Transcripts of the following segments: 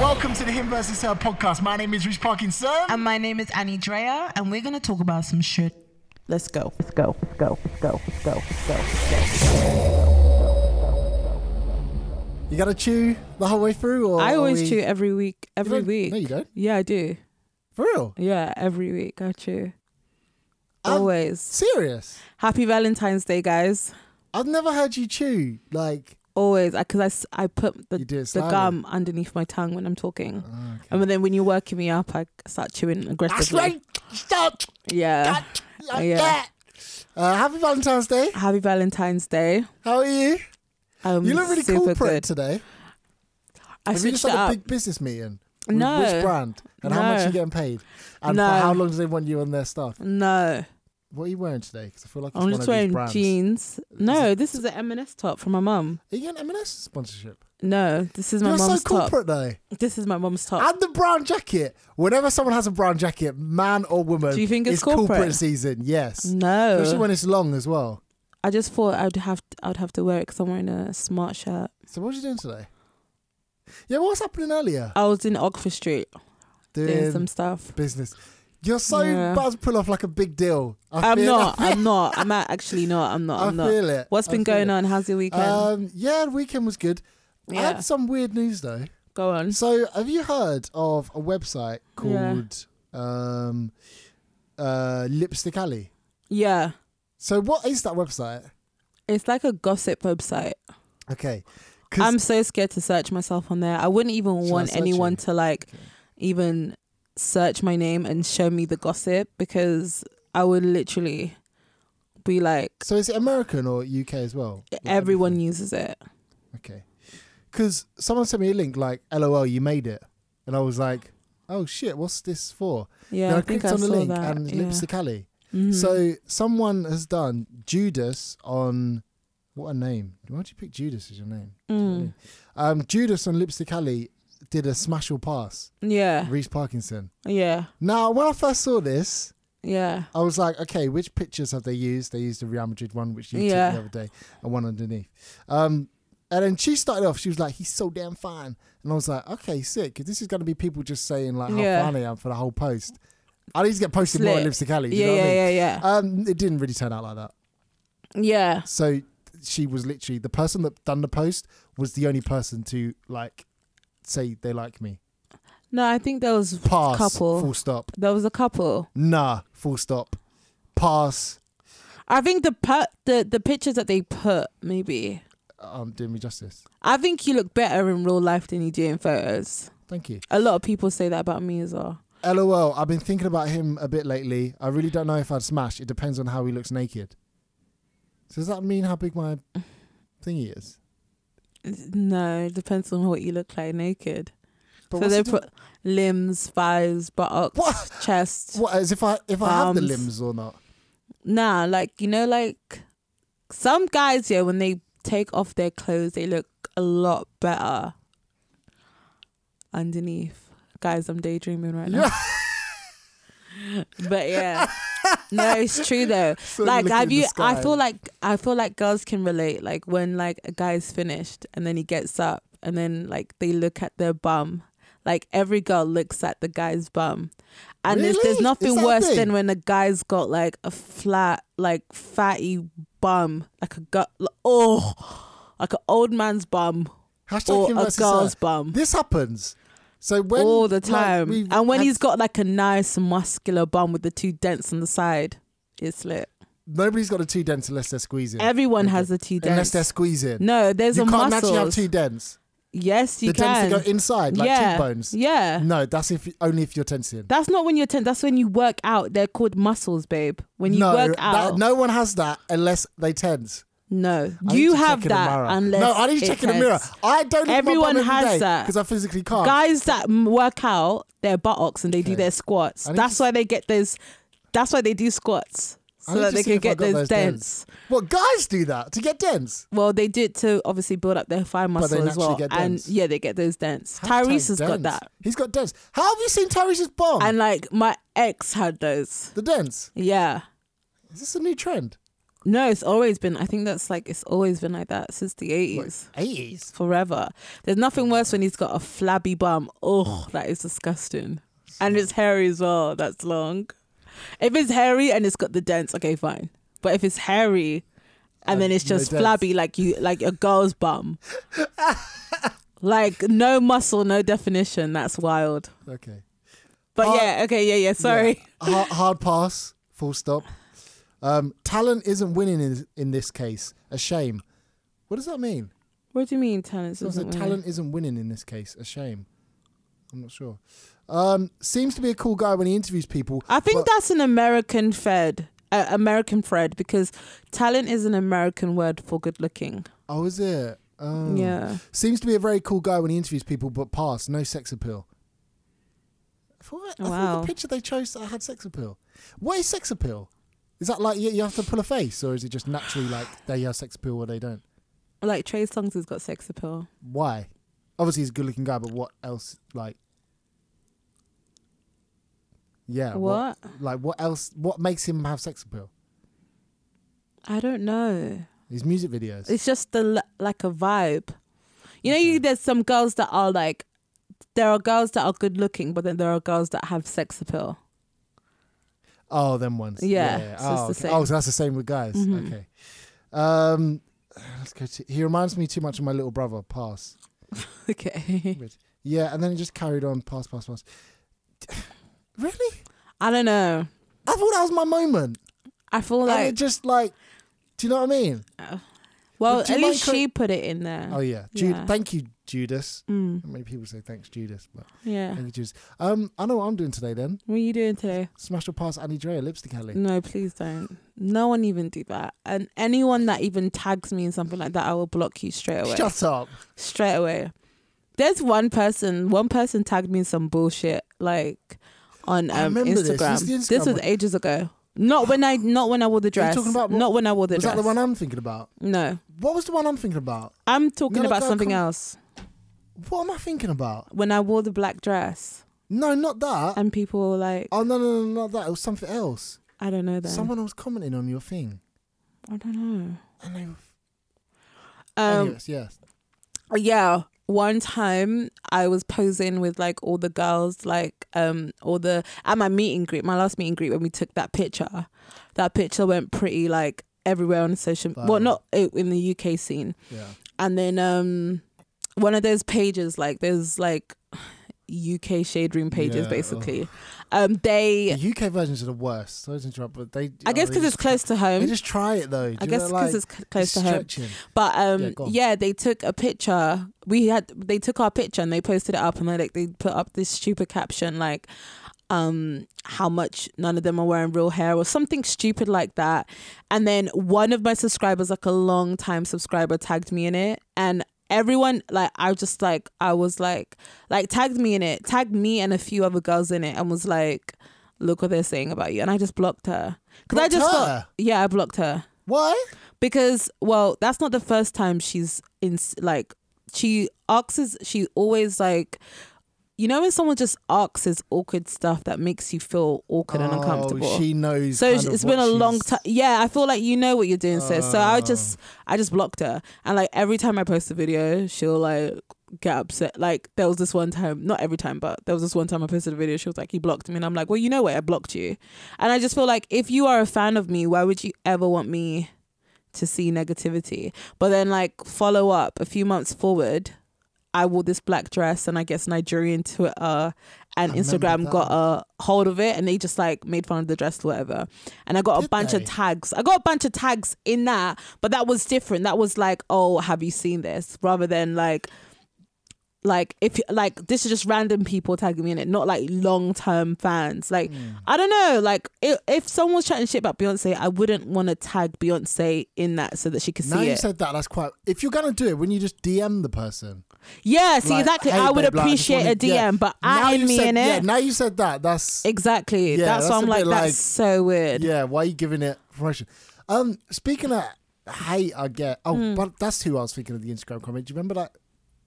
Welcome to the Him versus Her podcast. My name is Rich Parkinson. And my name is Annie Drea, and we're going to talk about some shit. Let's go. Let's go. Let's go. Let's go. Let's go. Let's go. You gotta chew the whole way through, or I are always we- chew every week. Every don't- week. no, you don't. Yeah, I do. for real. Yeah, every week I chew. I'm Always. serious. Happy Valentine's Day, guys. I've never heard you chew like Always, because I, s- I put the, You do it the slowly. gum underneath my tongue when I'm talking, Ah, and then when you're working me up, I start chewing aggressively. stop Yeah. like yeah. that. Uh, happy Valentine's Day. Happy Valentine's Day. How are you? Um, You look really super corporate good. today. I Have you switched just it had a up. big business meeting? With No. Which brand and how much No. you getting paid? And No. for how long do they want you on their staff? No, What are you wearing today? Because I feel like it's I'm one just of these wearing brands. jeans. No, this is an M&S top from my mum. Are you getting M&S sponsorship? No, this is my You're so mum's top. corporate though. This is my mum's top. And the brown jacket. Whenever someone has a brown jacket, man or woman, Do you think it's corporate? corporate? season? Yes. Especially No, when it's long as well. I just thought I'd have I'd have to wear it because I'm wearing a smart shirt. So what are you doing today? Yeah, what was happening earlier? I was in Oxford Street doing some stuff. business. You're so Yeah. about to pull off like a big deal. I I'm feel- not. I'm not. I'm not- actually not. I'm not. I I'm not. feel it. What's I been feel going it. on? How's your weekend? Um, yeah, the weekend was good. I Yeah. had some weird news though. Go on. So, have you heard of a website Yeah. called um, uh, Lipstick Alley? Yeah, So, what is that website? it's like a gossip website. Okay, 'Cause- I'm so scared to search myself on there. I wouldn't even Should I want search anyone you? to like even search my name and show me the gossip because I would literally be like, so is it American or UK as well? Like everyone uses it. everything? Okay, because someone sent me a link like, "LOL, you made it," and I was like, "Oh shit, what's this for?" Yeah, Then I, I, think clicked I on the saw link that. and yeah. Lipstick Alley. Mhm. So someone has done Judas on what a name. Why'd you pick Judas as your name? Mm. Um, Judas on Lipstick Alley did a smash or pass. yeah, Reese Parkinson. yeah, Now, when I first saw this, yeah, I was like, okay, which pictures have they used? They used the Real Madrid one, which you Yeah. took the other day, and one underneath. Um, and then she started off, she was like, he's so damn fine. And I was like, okay, sick. 'cause this is going to be people just saying, like, how Yeah. fine I am for the whole post. I need to get posted more on Slit. Lipstick Alley. You yeah, know what I yeah, mean? Uh, yeah, yeah, Um, it didn't really turn out like that. yeah. So she was literally the person that done the post was the only person to like say they like me. No, I think there was Pass. couple. Full stop. there was a couple. Nah. Full stop. Pass. I think the per- the the pictures that they put maybe. Um, doing me justice. I think you look better in real life than you do in photos. Thank you. A lot of people say that about me as well. LOL. I've been thinking about him a bit lately. I really don't know if I'd smash. It depends on how he looks naked. So does that mean how big my thingy is? No, it depends on what you look like naked. But so what's they the put limbs, thighs, buttocks, What? chest. What as if I if I have the Arms. limbs or not? Nah, like you know, like some guys yeah, when they take off their clothes, they look a lot better underneath. Guys, I'm daydreaming right now. but yeah, no, it's true though. So like, looking in have the you? I sky. feel like I feel like girls can relate. Like when like a guy's finished and then he gets up and then like they look at their bum. Like every girl looks at the guy's bum, and there's, Really? there's Is nothing that a worse thing? than when a guy's got like a flat, like fatty bum, like a gut, oh, like an old man's bum Hashtag or him a versus her. girl's bum. This happens. So when all the like, time. we- and when I- he's got like a nice muscular bum with the two dents on the side, it's lit. nobody's got a two dents unless they're squeezing. Everyone has the two unless dents. they're squeezing. no, there's you a can't muscle. naturally have two dents. yes, you the can. dents that go inside, like yeah, cheekbones. yeah. No, that's if only if you're tensing. That's not when you're ten. That's when you work out. They're called muscles, babe. When you no, work that- out, no one has that unless they tense. no, I need you to check in have the that mirror. unless no, I need to it check in the mirror. hurts. I don't. Everyone look at my has that. because I physically can't. Guys that m- work out their buttocks and they do Okay. their squats. I need That's to- why they get those. That's why they do squats I so need that to they see can if I get got those, those dents. dents. Well, guys do that to get dense. Well, they do it to obviously build up their thigh they muscle as naturally well, get and dense. yeah, they get those dents. Hashtag Oh. Tyrese has got dense. that, He's got dense. How have you seen Tyrese's bomb? and like my ex had those. the dense. Yeah, Is this a new trend? No, it's always been. I think that's like it's always been like that since the eighties, Eighties. forever. There's nothing worse when he's got a flabby bum. Oh, that is disgusting. And it's hairy as well. That's long. If it's hairy and it's got the dents, okay, fine. But if it's hairy, and And then it's no just dents. flabby, like you, like a girl's bum, like no muscle, no definition. That's wild. Okay. But Uh, yeah, okay, yeah, yeah. Sorry. Yeah. Hard, hard pass. Full stop. Um, talent isn't winning in, in this case. A shame. What does that mean? What do you mean talent? So doesn't really- talent isn't winning in this case. A shame. I'm not sure. Um, seems to be a cool guy when he interviews people. I think but- that's an American fed, uh, American thread because talent is an American word for good looking. Oh, is it? Um, Yeah. Seems to be a very cool guy when he interviews people, but pass. No sex appeal. I thought, I thought Wow. the picture they chose I had sex appeal. What is sex appeal? Is that like you, you have to pull a face, or is it just naturally like they have sex appeal or they don't? Like Trey Songs has got sex appeal. Why? Obviously, he's a good-looking guy, but what else? Like, yeah, what? Like, what else? What makes him have sex appeal? I don't know. His music videos. It's just the l- like a vibe. You know, you, there's some girls that are like, there are girls that are good looking, but then there are girls that have sex appeal. Oh, them ones. Yeah, so it's oh, the okay. same. Mm-hmm. Oh, so that's the same with guys. Okay. Um, let's go to. He reminds me too much of my little brother. Pass. okay. Yeah, and then it just carried on. Pass, pass, pass. really? I don't know. I thought that was my moment. I feel and it like, uh, just like, do you know what I mean? well, would you at mind least cor- she put it in there. Oh yeah, Jude. Uh, Yeah. Thank you, Judas. Mm, Many people say thanks, Judas, but yeah. thank you, Judas. Um, I know what I'm doing today. Then What are you doing today? smash or pass, Annie Drea, lipstick alley. No, please don't. No one even do that. And anyone that even tags me in something like that, I will block you straight away. Shut up. straight away. There's one person. One person tagged me in some bullshit like on I um, remember this. This Instagram. is the Instagram was one. ages ago. Not when I not when I wore the dress. talking about- not when I wore the Was dress. that the one I'm thinking about? no, What was the one I'm thinking about? I'm talking No, about no, something come- else. What am I thinking about? When I wore the black dress, No, not that. and people were like, Oh no, no, no, not that. It was something else. "I don't know that. Someone was commenting on your thing. I don't know." And they, Um, anyways, yes. yeah one time i was posing with like all the girls like um all the at my meet and greet my last meet and greet when we took that picture that picture went pretty like everywhere on social well Viral. not uh, in the uk scene Yeah. and then um one of those pages like there's like uk shade room pages Yeah, basically um they The UK versions are the worst. Sorry to interrupt, but they. i guess they because it's just- close to They home just try it though. Do I you guess know, like, because it's c- close to home. stretching. But Yeah, um go yeah, on. they took a picture. We had they took our picture and they posted it up and they like they put up this stupid caption like um how much none of them are wearing real hair or something stupid like that. And then one of my subscribers, like a long time subscriber, tagged me in it and everyone like I just like I was like like tagged me in it, tagged me and a few other girls in it and was like look what they're saying about you and I just blocked her. Because I Blocked just her? thought yeah, I blocked her Why? because well that's not the first time she's in like she asks she always like you know when someone just asks is awkward stuff that makes you feel awkward and uncomfortable Oh, she knows. so kind it's of it's what been a long she's- time yeah i feel like you know what you're doing sis so i just Ah. i just blocked her and like every time i post a video she'll like get upset like there was this one time not every time but there was this one time i posted a video she was like you blocked me and i'm like well you know what i blocked you and i just feel like if you are a fan of me why would you ever want me to see negativity but then like follow up a few months forward I wore this black dress and I guess Nigerian Twitter and I remember Instagram that got a hold of it and they just like made fun of the dress or whatever. And I got a Did bunch they? of tags. I got a bunch of tags in that, but that was different. That was like, oh, have you seen this? Rather than like like if like this is just random people tagging me in it, not like long term fans. Like Hmm. I don't know, like if, if someone was chatting shit about Beyonce, I wouldn't want to tag Beyonce in that so that she could Now see you it. said that. That's quite. If you're gonna do it, when you just DM the person. Yeah, see, Like, exactly. hey, I babe, would like, just appreciate wanna- a DM, yeah. but Now I you in me said, in it. Yeah. Now you said that. That's Exactly. Yeah, that's, why that's I'm a like, bit like- that's so weird. Yeah, why are you giving it promotion? Um, speaking of hate, I get. Oh, Mm. but that's who I was thinking of the Instagram comment. Do you remember that?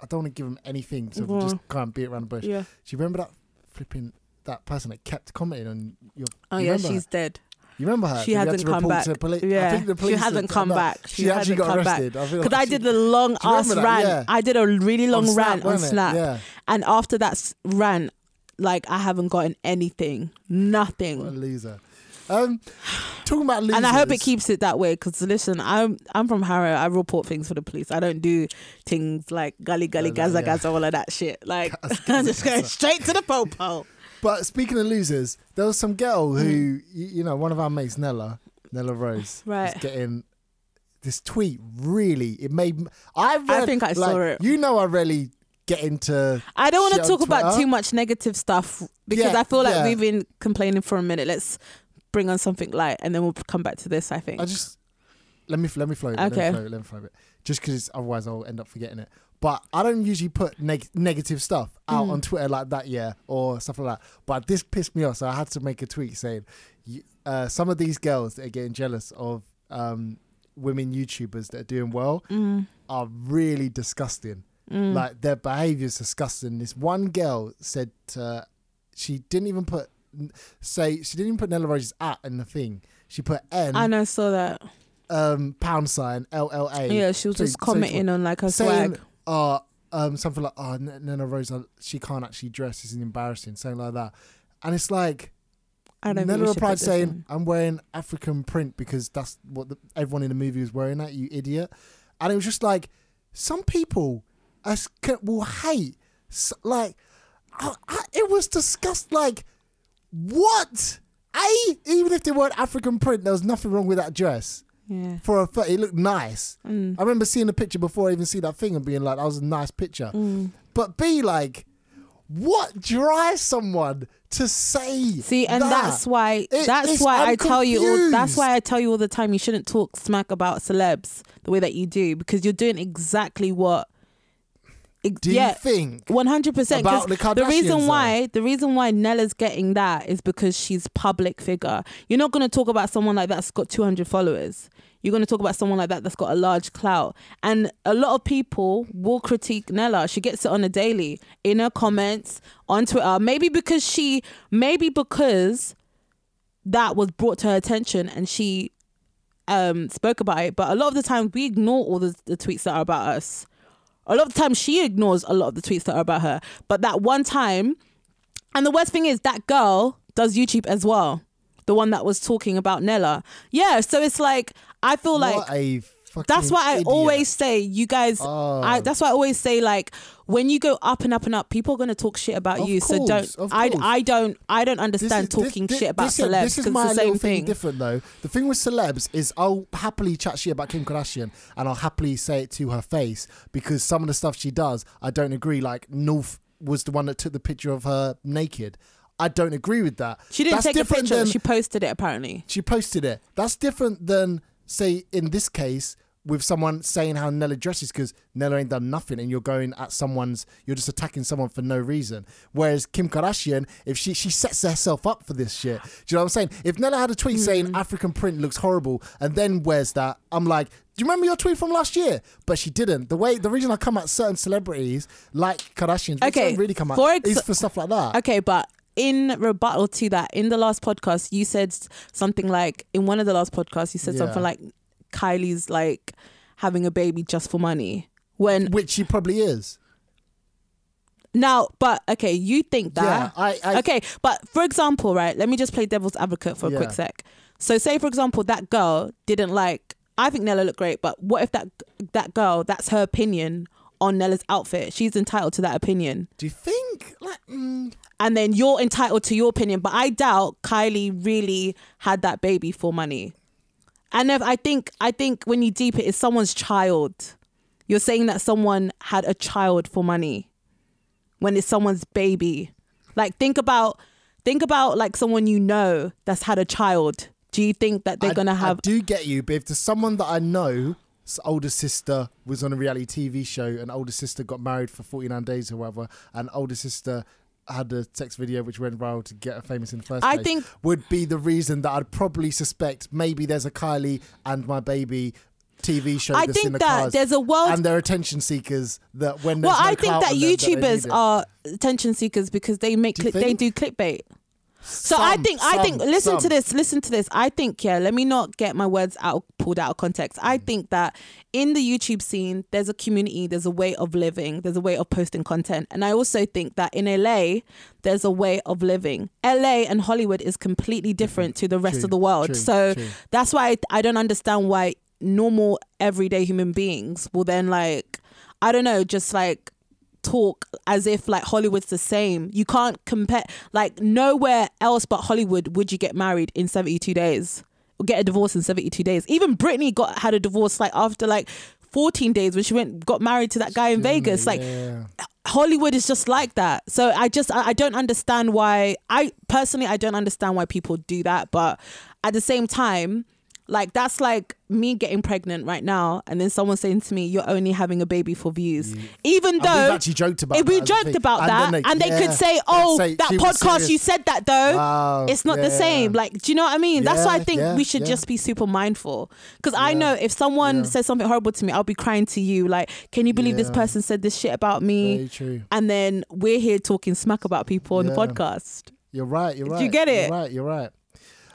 I don't want to give him anything, so Go we just on. can't beat around the bush. Yeah. Do you remember that flipping that person that kept commenting on your? Oh you yeah, remember she's dead. that? You remember her? She We had hasn't to come report back. To poli- Yeah. I think the She police had hasn't come up. back. She, She actually hasn't got come back. arrested. I feel Because like I she- did the long Do you ass remember that? rant. Yeah. I did a really long on Snap, rant on wasn't it? Snap. Yeah. And after that s- rant, like I haven't gotten anything, nothing. What a loser. Um, talking about losers. and I hope it keeps it that way. Because listen, I'm I'm from Harrow. I report things for the police. I don't do things like gully gully Yeah, gaza yeah. gaza all of that shit. Like I'm just going straight to the popo. But speaking of losers, there was some girl who, y you know, one of our mates, Nella, Nella Rose, Mm. Right. was getting this tweet. Really, it made. m- I, read, think I saw like, it. You know, I really get into. I don't want Shit to on talk about Twitter. too much negative stuff because Yeah, I feel like yeah. we've been complaining for a minute. Let's bring on something light, and then we'll come back to this. I think. I just let me let me float. it, Let Okay. me float. it, Let me float it. Just because otherwise I'll end up forgetting it. But I don't usually put neg- negative stuff out Mm. on Twitter like that, yeah, or stuff like that. But this pissed me off, so I had to make a tweet saying, y- uh, "Some of these girls that are getting jealous of um, women YouTubers that are doing well Mm. are really disgusting. Like their behaviour is disgusting." This one girl said uh, she didn't even put say she didn't even put Nella Rose's at in the thing. She put N I know, I saw that. um pound sign LLA. Yeah, she was so- so just it's commenting on like her saying, swag. Uh, um, something like, oh, N- Nana Rose, uh, she can't actually dress. It's embarrassing. Something like that. And it's like, I don't. Nana Never replied saying, I'm wearing African print because that's what the, everyone in the movie was wearing that, you idiot. And it was just like, some people are, sc- will hate. s like, I, I, it was disgust. Like, what? A, even if they weren't African print, there was nothing wrong with that dress Yeah. for a fir- it looked nice. Mm. I remember seeing the picture before I even see that thing and being like, that was a nice picture. Mm. But be like, what drives someone to say? See, and that? that's why It- that's it's- why I'm i tell you all, that's confused. why I tell you all the time you shouldn't talk smack about celebs the way that you do because you're doing exactly what ex- Do yeah, you think? One hundred percent. About the the Kardashians, reason though? why the reason why Nella's getting that is because she's public figure. You're not gonna talk about someone like that's got two hundred followers. You're gonna talk about someone like that that's got a large clout. And a lot of people will critique Nella. She gets it on a daily in her comments on Twitter. Maybe because she maybe because that was brought to her attention and she um spoke about it. But a lot of the time we ignore all the, the tweets that are about us a lot of the time she ignores a lot of the tweets that are about her. But that one time, and the worst thing is that girl does YouTube as well. The one that was talking about Nella. Yeah, so it's like I feel like what a fucking that's why I idiot. always say, you guys. Oh. I, that's why I always say, like, when you go up and up and up, people are gonna talk shit about Of you. so course, don't. of I, course. I don't. I don't This understand is- this- talking this- shit about this is- celebs. This is 'cause my it's the same little thing. thing. different though. The thing with celebs is I'll happily chat shit about Kim Kardashian and I'll happily say it to her face because some of the stuff she does, I don't agree. Like North was the one that took the picture of her naked. I don't agree with that. She didn't That's take a different picture. than- she posted it apparently. she posted it. That's different than say in this case with someone saying how Nella dresses because Nella ain't done nothing and you're going at someone's you're just attacking someone for no reason. Whereas Kim Kardashian, if she she sets herself up for this shit. Do you know what I'm saying? If Nella had a tweet saying Mm. African print looks horrible and then wears that, I'm like, do you remember your tweet from last year? But she didn't. The way the reason I come at certain celebrities like Kardashians, okay, Okay, don't really come at for ex- is for stuff like that. Okay, but in rebuttal to that, in the last podcast, you said s- something like in one of the last podcasts, you said Yeah. something like Kylie's like having a baby just for money. When Which she probably is. now, but okay, you think that? Yeah, I- I- okay, but for example, right? Let me just play devil's advocate for a quick Yeah. sec. So, say for example, that girl didn't like. I think Nella looked great, but what if that that girl? That's her opinion on Nella's outfit. She's entitled to that opinion. Do you think like mm, and then you're entitled to your opinion. But I doubt Kylie really had that baby for money. And if, I think I think when you deep it, it's someone's child. You're saying that someone had a child for money when it's someone's baby. Like think about think about like someone you know that's had a child. Do you think that they're I- gonna have I do get you, but if there's someone that I know, s- older sister was on a reality TV show, and older sister got married for 49 days or whatever, and older sister had a sex video which went viral to get her famous in the first I place, think- would be the reason that I'd probably suspect maybe there's a Kylie and my baby. TV show I that's think in the that cars, there's a world- and they're attention seekers that when there's Well, no I think clout that on them, they need YouTubers it. are attention seekers because they make Do you cli- they think? do clickbait. So I Some- think I think some- listen to some. this, listen to this. I think yeah, let me not get my words out pulled out of context. I Mm. think that in the YouTube scene, there's a community, there's a way of living, there's a way of posting content. And I also think that in LA, there's a way of living. LA and Hollywood is completely different to the rest Mm-hmm. True, of the world. true, so true. that's why I, I don't understand why normal everyday human beings will then like I don't know, just like talk as if like Hollywood's the same. You can't compare like nowhere else but Hollywood would you get married in 72 days or get a divorce in 72 days. Even Britney got had a divorce like after like 14 days when she went got married to that guy in Vegas. Like Yeah. Hollywood is just like that. So I just I, I don't understand why I personally I don't understand why people do that, but at the same time, like that's like me getting pregnant right now and then someone saying to me, You're only having a baby for views. Even Mm. And we've though actually joked about if we that as a joked thing. about And that then they- and they yeah. could say, They'd Oh, say, that "She was podcast you serious." said that though. Wow, it's not the yeah. same. Like, do you know what I mean? That's why I Yeah, think yeah, we should yeah. just be super mindful. Because I know if someone says something horrible to me, I'll be crying to you, like, can you believe this Yeah. person said this shit about me? Very true. and then we're here talking smack about people on the Yeah. podcast. You're right. You're Do right. you get it? You're right. You're right.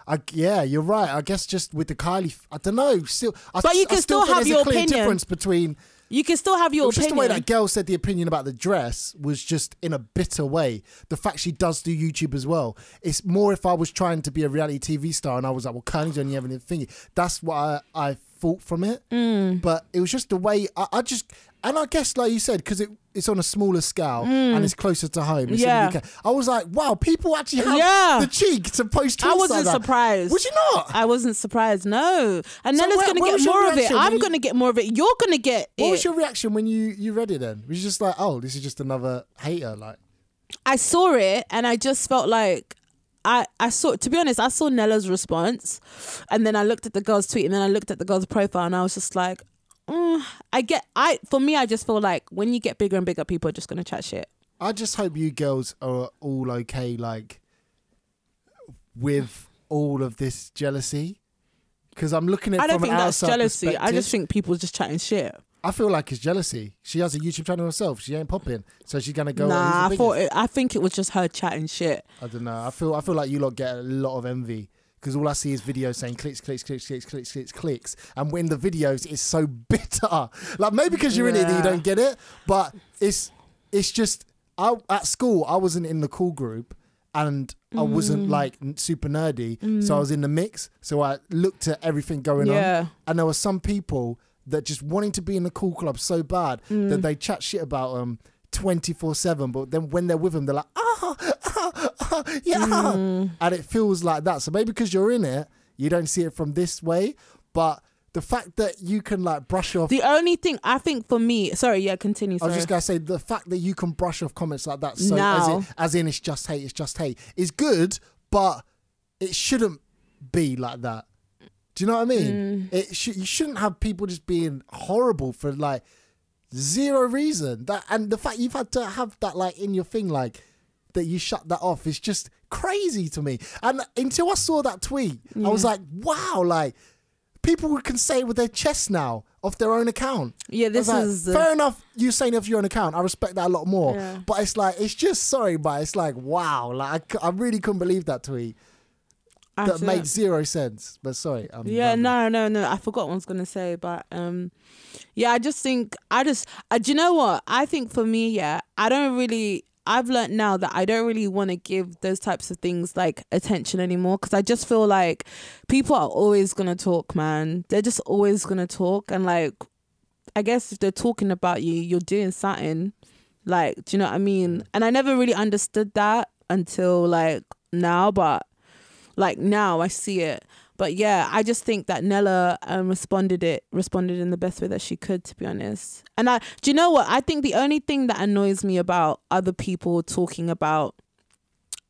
I, yeah, you're right. I guess just with the Kylie, I don't know. Still, I, But you I can still, still think have there's your a clear opinion. difference between You can still have it your was just opinion. the way that girl said the opinion about the dress was just in a bitter way. The fact she does do YouTube as well. It's more if I was trying to be a reality TV star and I was like, well, Kylie's only having a thingy. That's what I, I thought from it. Mm. But it was just the way I, I just, and I guess like you said, because it, it's on a smaller scale and it's closer to home. It's in the Mm. Yeah. UK. I was like, wow, people actually have Yeah. the cheek to post. I tweets wasn't like that. surprised. Was you not? I wasn't surprised. No, and So Nella's where- gonna where get was your more of it. reaction when I'm you- gonna get more of it. You're gonna get what it. was your reaction when you you read it? Then was you just like, oh, this is just another hater? Like, I saw it and I just felt like I, I saw to be honest, I saw Nella's response and then I looked at the girl's tweet and then I looked at the girl's profile and I was just like, mm, I get I for me I just feel like when you get bigger and bigger, people are just gonna chat shit. I just hope you girls are all okay, like with all of this jealousy. Because I'm looking at. I it don't from think an that's outside jealousy. I just perspective. think people just chatting shit. I feel like it's jealousy. She has a YouTube channel herself. She ain't popping, so she's gonna go. Nah, I "Who's the thought biggest?" it, I think it was just her chatting shit. I don't know. I feel. I feel like you lot get a lot of envy because all I see is videos saying clicks, clicks, clicks, clicks, clicks, clicks, clicks, and when the videos it's so bitter. Like maybe because you're in it, that you Yeah. don't get it. But it's it's just. I at school I wasn't in the cool group. And I wasn't Mm. like n- super nerdy, so I was in the mix. So I looked at everything going Yeah. on, and there were some people that just wanting to be in the cool club so bad Mm. that they chat shit about them twenty four seven. But then when they're with them, they're like, yeah. And it feels like that. So maybe because you're in it, you don't see it from this way. But the fact that you can like brush off, The only thing I think for me, sorry, yeah, I continue. Sorry. was just gonna say the fact that you can brush off comments like that, so Now. as, in, as in it's just hate, it's just hate, is good, but it shouldn't be like that. Do you know what I mean? Mm. It should you shouldn't have people just being horrible for like zero reason. That and the fact you've had to have that like in your thing, like that you shut that off is just crazy to me. And until I saw that tweet, I was like, wow, like people can say it with their chest now off their own account. Yeah, I was this like, is the- fair enough. You saying it off your own account, I respect that a lot more. Yeah. But it's like it's just sorry, but it's like wow, like I, c- I really couldn't believe that tweet. I That don't- made zero sense. But sorry, I'm Yeah, rambling. no, no, no. I forgot what I was gonna say, but um, yeah, I just think I just, uh, do you know what? I think for me, yeah, I don't really. I've learned now that I don't really want to give those types of things like attention anymore because I just feel like people are always gonna talk, man. They're just always gonna talk, and like, I guess if they're talking about you, you're doing something. Like, do you know what I mean? And I never really understood that until like now, but like now I see it. But yeah, I just think that Nella um, responded it responded in the best way that she could, to be honest. And I, do you know what? I think the only thing that annoys me about other people talking about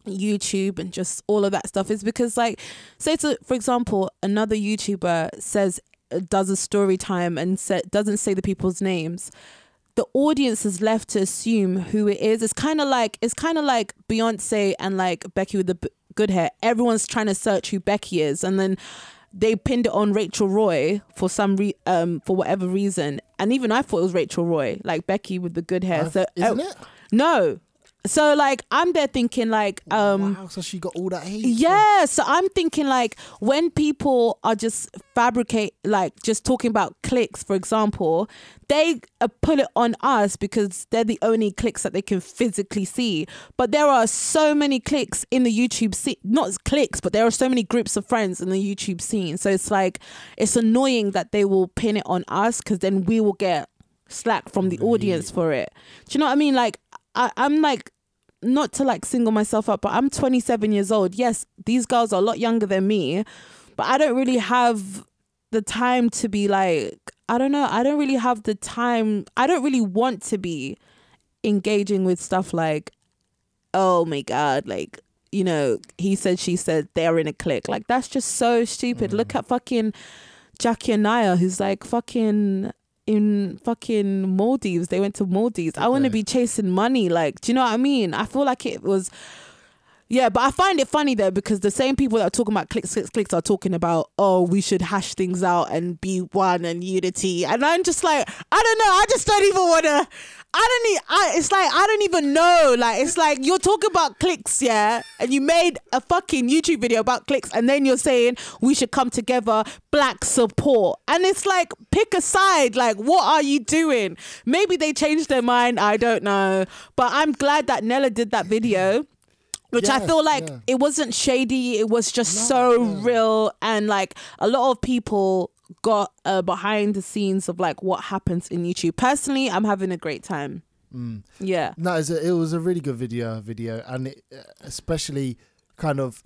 YouTube and just all of that stuff is because, like, say to, for example, another YouTuber says uh, does a story time and sa- doesn't say the people's names. The audience is left to assume who it is. It's kind of like it's kind of like Beyonce and like Becky with the b- good hair. Everyone's trying to search who Becky is, and then they pinned it on Rachel Roy for some re- um for whatever reason. And even I thought it was Rachel Roy, like Becky with the good hair. oh, I've- so isn't it? no, So like I'm there thinking like um wow, so she got all that hate. yeah, so I'm thinking like when people are just fabricate like just talking about clicks, for example, they uh, put it on us because they're the only clicks that they can physically see. But there are so many clicks in the YouTube scene, not clicks, but there are so many groups of friends in the YouTube scene. So it's like it's annoying that they will pin it on us because then we will get slack from the audience for it. Do you know what I mean? Like I, I'm like not to like single myself up, but I'm 27 years old. Yes, these girls are a lot younger than me, but I don't really have the time to be like, I don't know, I don't really have the time. I don't really want to be engaging with stuff like, oh my God, like, you know, he said, she said, they're in a clique. Like, that's just so stupid. Look at fucking Jackie and Naya, who's like fucking in fucking Maldives. They went to Maldives. I want to Okay. be chasing money. Like, do you know what I mean? I feel like it was. Yeah, but I find it funny though because the same people that are talking about clicks, clicks, clicks are talking about oh we should hash things out and be one and unity, and I'm just like I don't know, I just don't even wanna. I don't need. I, it's like I don't even know. Like it's like you're talking about clicks, yeah, and you made a fucking YouTube video about clicks, and then you're saying we should come together, black support, and it's like pick a side. Like what are you doing? Maybe they changed their mind. I don't know, but I'm glad that Nella did that video which I Yeah, feel like yeah. it wasn't shady. It was just No, so yeah. real, and like a lot of people got uh, behind the scenes of like what happens in YouTube. Personally, I'm having a great time. Mm. Yeah, No, it was a, it was a really good video, video, and it, uh, especially kind of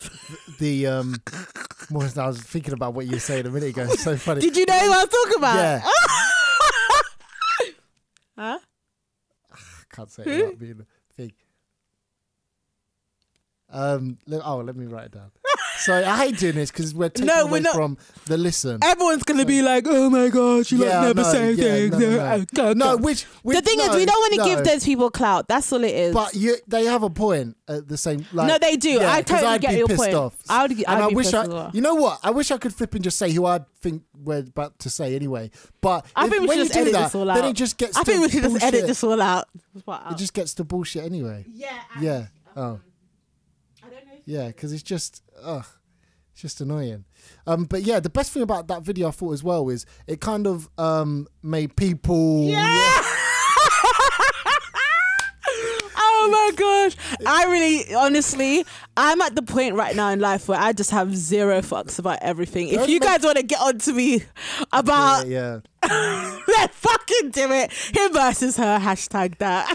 the um. Well, I was thinking about what you were saying a minute ago. It's so funny. did you know what I was talking about? yeah. Huh? I can't say it without being a thing. Um. le- oh, let me write it down. so I hate doing this because we're taking No, we're away not- from the listen. Everyone's gonna be like, "Oh my god, you Yeah, like never no, say yeah, anything." no, no, no. No, which, which the thing is, no, we don't want to no. give those people clout. That's all it is. But you, they have a point at the same. Like, No, they do. Yeah, I 'cause totally I'd get be your pissed point. Off. I would- I'd and I be wish pissed I. as well. You know what? I wish I could flip and just say who I think we're about to say anyway. But I if- think we when should you just do edit that, this all Then out. it just gets. I to think we should bullshit. just edit this all out. It just gets to bullshit anyway. yeah, um, Yeah. Oh. I don't know. Yeah, because it's just ugh, it's just annoying. Um, but yeah, the best thing about that video I thought as well is it kind of um made people. oh my gosh. I really, honestly, I'm at the point right now in life where I just have zero fucks about everything. If Don't you make- guys want to get on to me about, yeah. let fucking do it. Him versus her, hashtag that.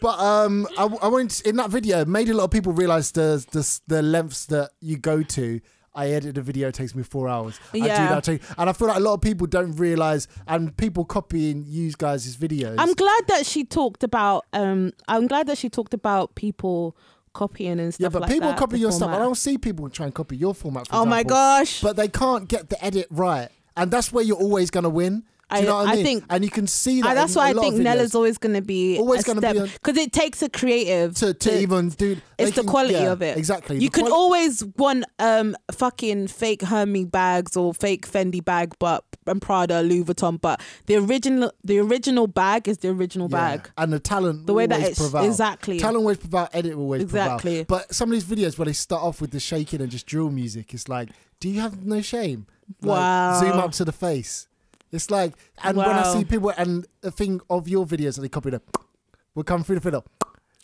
But um, I, I went in that video. it Made a lot of people realize the the the lengths that you go to. I edit a video it takes me four hours. I do Yeah. that too, and I feel like a lot of people don't realize, and people copying you guys' videos. I'm glad that she talked about, um, I'm glad that she talked about people copying and stuff yeah, but like people that, copy the your stuff. I format. don't see people try and copy your format. For Oh my example. gosh. But they can't get the edit right, and that's where you're always gonna win. Do you I- know what I, I mean? think- and you can see that. And Ah, that's in a why I lot of think videos. Nella's always going to be Always always going gonna to be be on- because it takes a creative to, to even do. they it's the can- quality yeah, of it. Exactly. The You can quali- always want um fucking fake Hermes bags or fake Fendi bag, but and Prada, Louis Vuitton, but the original the original bag is the original Yeah, bag. and the talent The will way that always it's- prevail. exactly. talent always prevail edit will always Exactly. prevail but some of these videos where they start off with the shaking and just drill music it's like do you have no shame like, Wow. zoom up to the face it's like and when I Wow. see people and the thing of your videos that they copied up we'll come through the fiddle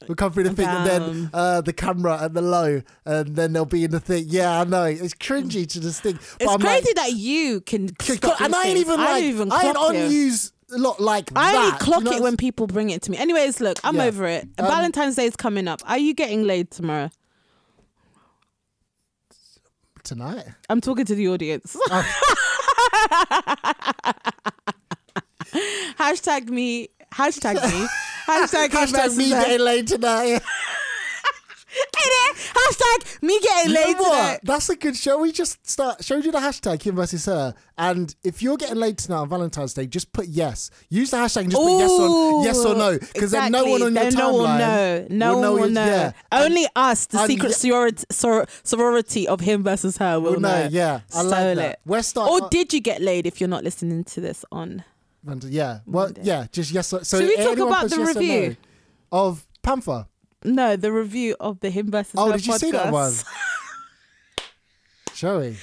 We'll come through the thing and then Damn. uh, the camera and the low, and then they'll be in the thing. Yeah, I know. It's cringy to this thing. but It's I'm like, crazy that you can could clock clock- and these I ain't things. even like I, don't even ain't clock on it. use a lot like I that. only Do you clock know it what I'm when people bring it to me. Anyways, look, I'm Yeah. over it. Um, Valentine's Day is coming up. Are you getting laid tomorrow? tonight. I'm talking to the audience. Oh. hashtag me. Hashtag me. Hashtag, Hashtag me getting getting laid tonight. Hashtag me getting You know laid today. what? That's a good show. We just start showed you the hashtag him versus her. And if you're getting laid tonight on Valentine's Day, just put yes. Use the hashtag and just put yes on Ooh, yes or no. Because then no one on your exactly. Then timeline. no one know. No will one will you- know. Yeah. Only us, the and secret yeah- sorority, sor- sorority of him versus her, will Will know, know. yeah. I like so that. lit. We're start- or did you get laid? If you're not listening to this on, And yeah. Well, yeah. Just yes. Or, so Should we if talk anyone about puts the yes or no review? of Panther? No, the review of the Him versus Oh, Her did you see that one? podcast. Shall we?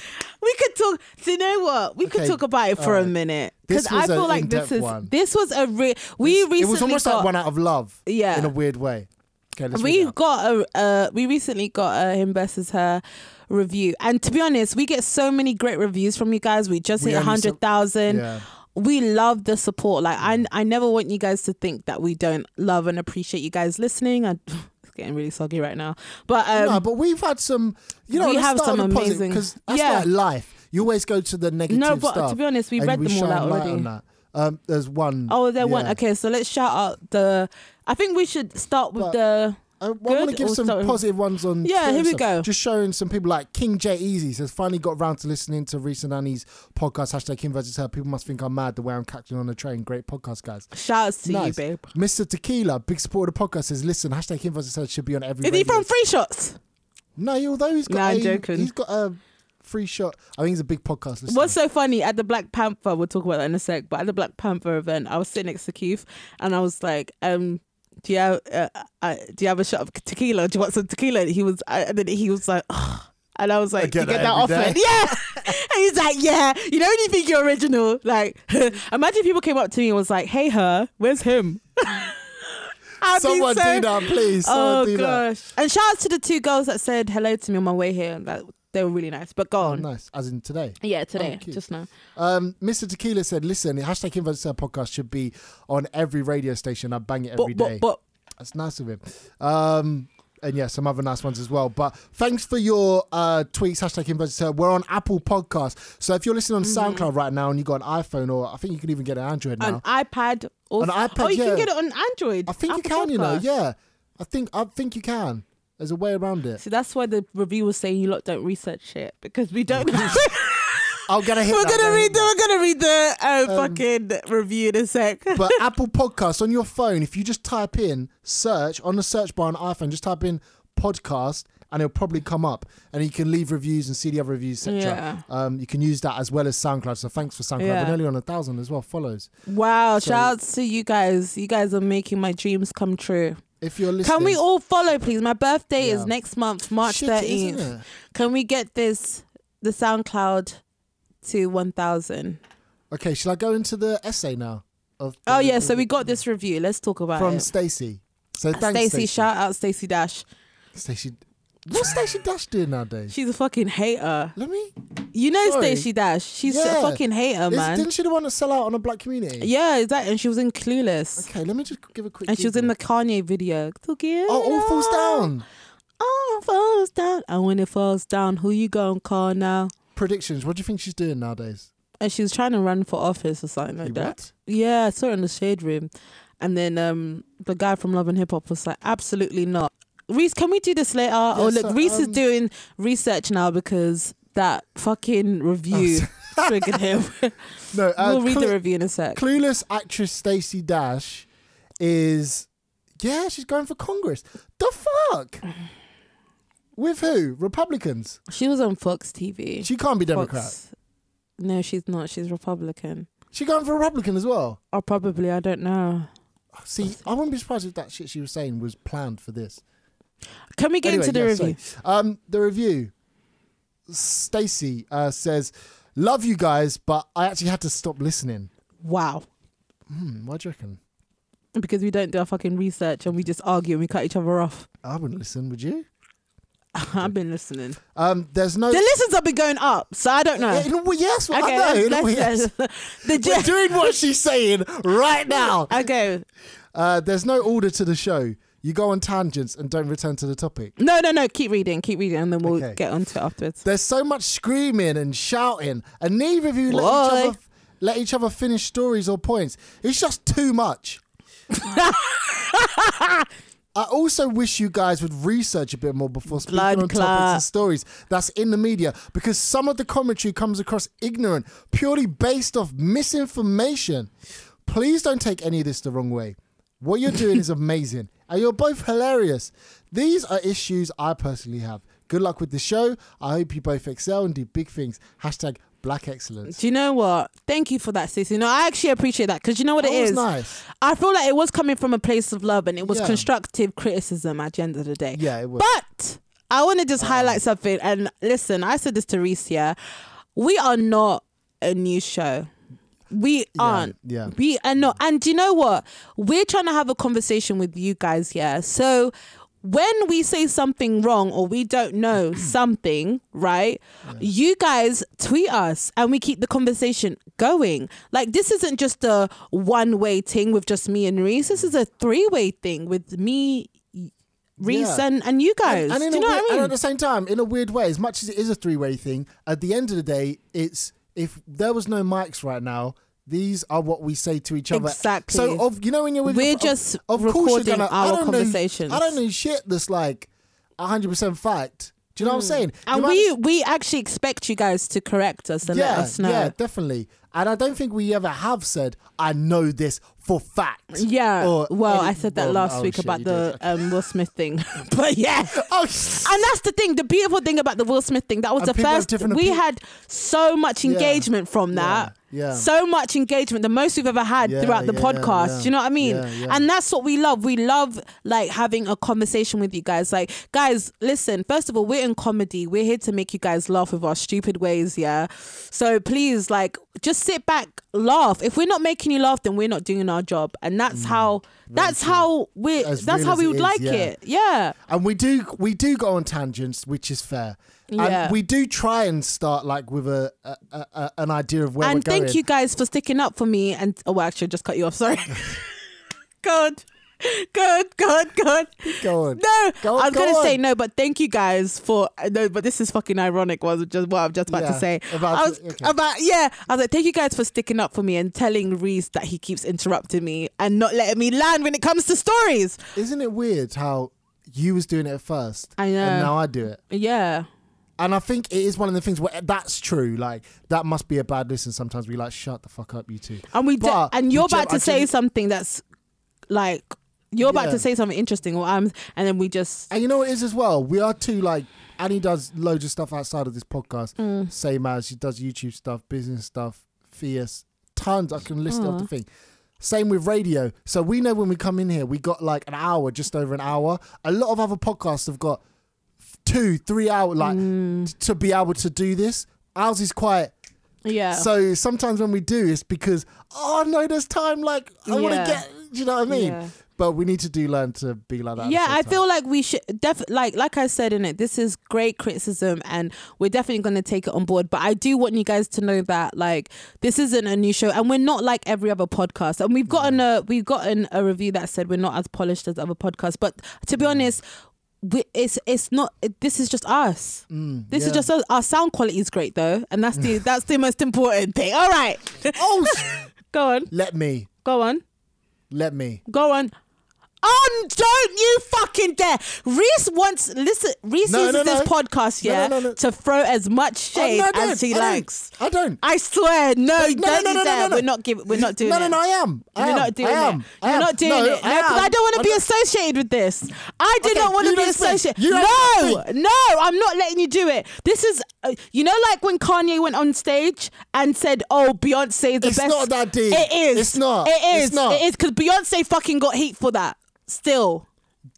We could talk. Do you know what? We could Okay, talk about it for a alright. minute This because I was an feel like this in-depth is one. this was a re- we recently it was almost got, like one out of love. Yeah. In a weird way. Okay, let's read we it out. got a uh, we recently got a him versus her review and to be honest we get so many great reviews from you guys we just We hit a only so- 100000 Yeah. we love the support like I, I never want you guys to think that we don't love and appreciate you guys listening i it's getting really soggy right now but um no, but we've had some. You know, we let's have start some on the positive, amazing- 'cause that's Yeah. like life. You always go to the negative no but stuff. to be honest we and read we them all shine out light already On that. Um, there's one. oh there one yeah. okay so let's shout out the i think we should start with But- the Uh, I, want Good to give or some sorry? positive ones on. Yeah, Twitter here we stuff. go. Just showing some people like King J Easy says finally got round to listening to Reese and Annie's podcast hashtag Kim versus her. People must think I'm mad the way I'm catching on the train. Great podcast, guys. shout outs to you Nice. babe Mr. Tequila, big supporter of the podcast, says listen hashtag Kim versus her should be on every. is he radio from free shots No, he- although he's got Nah, I'm a, joking. he's got a free shot. I think he's a big podcast listener. What's so funny at the Black Panther, we'll talk about that in a sec, but at the Black Panther event, I was sitting next to Keith and I was like, um, do you have uh, uh, do you have a shot of tequila? Do you want some tequila? And he was, uh, and then he was like, Ugh. and I was like, get you get that, that every often, day. yeah. and he's like, yeah. You know when you think you're original, like, imagine people came up to me and was like, hey, her, where's him? I'd be Someone so- do that, please. Someone Oh do that. gosh! And shout out to the two girls that said hello to me on my way here. That they were really nice. But go Oh, on, nice. As in today. yeah, today, Oh, cute. just now. Um, Mr. Tequila said, listen, the hashtag Inverted podcast should be on every radio station. I bang it every But day. but but That's nice of him. Um, and yeah, some other nice ones as well. But thanks for your uh, tweets, hashtag Inverted. We're on Apple Podcasts. So if you're listening on SoundCloud right now and you got an iPhone or I think you can even get an Android now. Mm-hmm. an iPad or An iPad, Oh, you yeah. can get it on Android. I think you Apple can, you know. Podcast. Yeah. I think I think you can. There's a way around it. See, that's why the review was saying you lot don't research shit because we don't. we're I'll get a hit. that gonna then. read the we're gonna read the uh, fucking review in a sec. Um, But Apple Podcasts on your phone, if you just type in search on the search bar on iPhone, just type in podcast and it'll probably come up and you can leave reviews and see the other reviews, etc. Yeah. Um, you can use that as well as SoundCloud. So thanks for SoundCloud. Yeah. We're nearly on a thousand as well, follows. Wow! Shouts to you guys. You guys are making my dreams come true. If you're listening, Can we all follow, please? My birthday is Yeah. next month, March Shit, isn't thirteenth. it? Can we get this the SoundCloud to one thousand? Okay, shall I go into the essay now? Of Oh the- yeah, so we got this review. Let's talk about from it. Stacey. So thanks, Stacey, Stacey. shout out Stacey Dash. Stacey, what's Stacey Dash doing nowadays? She's a fucking hater. Let me. You know Sorry. Stacey Dash. She's a Yeah. fucking hater, Is- man. Didn't she the one that sell out on a black community? Yeah, exactly. And she was in Clueless. Okay, let me just give a quick. And she was in Google. the Kanye video. Took it Oh, all falls all. down. All falls down. And when it falls down, who you gonna call now? Predictions. What do you think she's doing nowadays? And she was trying to run for office or something like You that. what? Yeah, I saw it in the shade room. And then um, the guy from Love and Hip Hop was like, absolutely not. Reese, can we do this later? oh, look, so, Reese is um, doing research now because that fucking review triggered him. No, Oh, uh, we'll read Clu- the review in a sec. Clueless actress Stacey Dash is, yeah, she's going for Congress. The fuck? With who? Republicans. She was on Fox TV. She can't be Democrat. Fox. No, she's not. She's Republican. She going for Republican as well. Or probably, I don't know. See, I wouldn't be surprised if that shit she was saying was planned for this. Can we get Anyway, into the yeah, review? sorry. Um, the review. Stacey uh, says, "Love you guys, but I actually had to stop listening." Wow. Hmm, why do you reckon? Because we don't do our fucking research and we just argue and we cut each other off. I wouldn't listen, would you? I've been listening. Um, there's no. The listens have been going up, so I don't know. Yeah, in a way, yes, well, Okay, I know. in let's- a let's- way, yes. let's- the We're gen- doing what she's saying right now. okay. Uh, there's no order to the show. You go on tangents and don't return to the topic. No, no, no. Keep reading. Keep reading, and then we'll Okay. get onto it afterwards. There's so much screaming and shouting, and neither of you let each, Why? other, let each other finish stories or points. It's just too much. I also wish you guys would research a bit more before speaking Blood on topics clot. and stories that's in the media because some of the commentary comes across ignorant, purely based off misinformation. Please don't take any of this the wrong way. What you're doing is amazing, and you're both hilarious. These are issues I personally have. Good luck with the show. I hope you both excel and do big things. Hashtag Black excellence. Do you know what? Thank you for that, sis. You know, I actually appreciate that because you know what That it was is. nice. I feel like it was coming from a place of love and it was Yeah. constructive criticism at the end of the day. Yeah, it was. But I want to just highlight something. And listen, I said this to Reese here. We are not a new show. We aren't. yeah. We are not. And do you know what? We're trying to have a conversation with you guys here. So when we say something wrong or we don't know something, right? You guys tweet us and we keep the conversation going. Like this isn't just a one way thing with just me and Reese. This is a three way thing with me, Reese, Yeah. and, and you guys. And in do a you know weird- what I And mean? at the same time, in a weird way, as much as it is a three-way thing, at the end of the day, it's if there was no mics right now. These are what we say to each other. Exactly. So, of you know, when you're with, We're your- of- just of, course you're recording gonna, I our don't know- conversations. I don't know shit that's like 100 percent fact. Do you know what I'm saying? You Mm. And might we we actually expect you guys to correct us and let us know. Yeah, definitely. And I don't think we ever have said, I know this for fact. Yeah. Or well, any- I said that well, last oh, week shit, about you did. the um, Will Smith thing, but yeah. Oh, And that's the thing. The beautiful thing about the Will Smith thing that was And the people have first. different We opi- had so much engagement from that. yeah, yeah. So much engagement, the most we've ever had Yeah, throughout the yeah, podcast. yeah. Do you know what I mean? Yeah, yeah. And that's what we love. We love like having a conversation with you guys. Like, guys, listen. First of all, we're in comedy. We're here to make you guys laugh with our stupid ways. Yeah. So please, like, just sit back, laugh. If we're not making you laugh, then we're not doing our job. And that's how. That's how we. are Mm. As That's real how as we it would is, like yeah. it. Yeah. and we do we do go on tangents, which is fair. Yeah. And we do try and start like with a, a, a, a- an idea of where and we're going. thank you guys for sticking up for me and oh well, actually I just cut you off sorry good good good good Go on. no Go- i was go gonna say on. no but thank you guys for uh, no but this is fucking ironic was just what i'm just about to Yeah, say about I to- was, okay. about yeah i was like thank you guys for sticking up for me and telling reese that he keeps interrupting me and not letting me land when it comes to stories Isn't it weird how you was doing it at first? I know. And now I do it. yeah And I think it is one of the things where that's true. Like that must be a bad listen. Sometimes we like shut the fuck up, you two. and we But de- and you're we gen- about to I say gen- something that's like you're about Yeah. to say something interesting or i'm and then we just And you know what it is as well? We are too like Annie does loads of stuff outside of this podcast. Mm. Same as she does YouTube stuff, business stuff, fierce, tons. I can list off the thing. Same with radio. So we know when we come in here, we got like an hour, just over an hour. A lot of other podcasts have got two, three hour like Mm. t- to be able to do this. Ours is quite yeah so sometimes when we do, it's because oh no, there's time. Like I want to Yeah. get. Do you know what I mean? Yeah. But we need to do learn to be like that. at the yeah same i time. feel like we should def like like i said in it this is great criticism and we're definitely going to take it on board but i do want you guys to know that like this isn't a new show and we're not like every other podcast and we've gotten a we've gotten a review that said we're not as polished as other podcasts but to be honest we, it's it's not it- this is just us this Mm, yeah. is just us. our sound quality is great though and that's the that's the most important thing all right Oh, s- go on let me, go on let me. Go on. Um, don't you fucking dare. Reese wants listen Reese No, uses no, no. this podcast, No, no, yeah, no, no. to throw as much Oh, shade no, I don't. as he I don't. likes. I don't. I swear, no, no, don't no, you no, no, dare. no, no. We're not giving we're not doing no, it. no, no, I am. I You're am. not doing I am. it. I You're am. not doing no, it. No, I, because I don't want to be a. associated with this. I do Okay, not want to you be don't speak. associated. You don't No, speak. no, I'm not letting you do it. This is, uh, you know, like when Kanye went on stage and said, "Oh, Beyonce is the It's best." not that deep. It is. It's not. It is. It's not. It is because Beyonce fucking got heat for that. Still,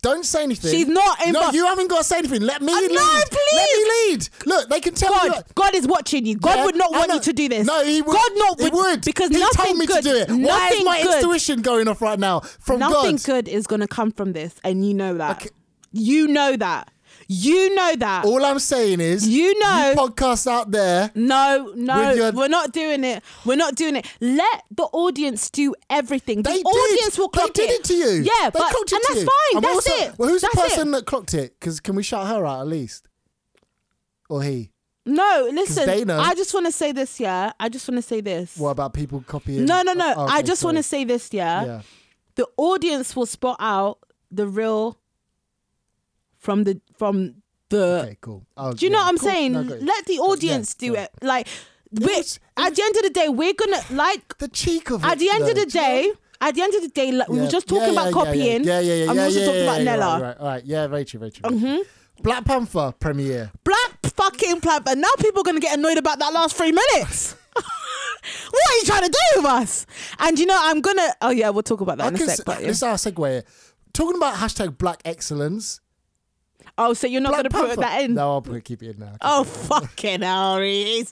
Don't say anything. She's not in No, my- you haven't got to say anything. Let me Uh, no, lead. Let me please. lead. Look, they can tell you. God, God is watching you. God Yeah, would not I want know. you to do this. No, he would. God not he would, would because he nothing told me good, to do it. Why is nothing my good, intuition going off right now from nothing Oh, God? good is going to come from this and you know that Okay. you know that you know that All I'm saying is, You know- podcasts out there. no no With your- we're not doing it we're not doing it let the audience do everything They the audience did. will clock they did it to you. yeah they but clocked it and to that's you. fine And that's also- it Well, who's that's the person it. that clocked it? Because can we shout her out at least, or he? no listen they know. i just want to say this yeah i just want to say this What about people copying? no no no Oh, i okay, just want to sorry. say this Yeah. the audience will spot out the real from the from the Okay, cool. Oh, Do you know yeah, what I'm cool. saying? No, got you. Let the Got you. audience Yeah, do yeah. it. Like, we're, was- it at the end of the day, we're gonna like. The cheek of it. At the end though, of the do you know? day, at the end of the day, like, we Yeah. were just talking Yeah, about yeah, yeah, copying. Yeah, yeah, yeah. I'm yeah, also yeah, talking yeah, about yeah, Nella. Mm-hmm. Right, right, right. Yeah, Rachel, Rachel. Rachel. Black Panther premiere. Black fucking plant, but now people are going to get annoyed about that last three minutes. what are you trying to do with us? And you know, I'm going to, oh yeah, we'll talk about that I in a can sec. s- But yeah. This is our segue. here. Talking about hashtag Black Excellence. Oh, so you're not going Black to put Panther- that in? No, I'll put, keep it in now. Oh, fucking hell, Reese.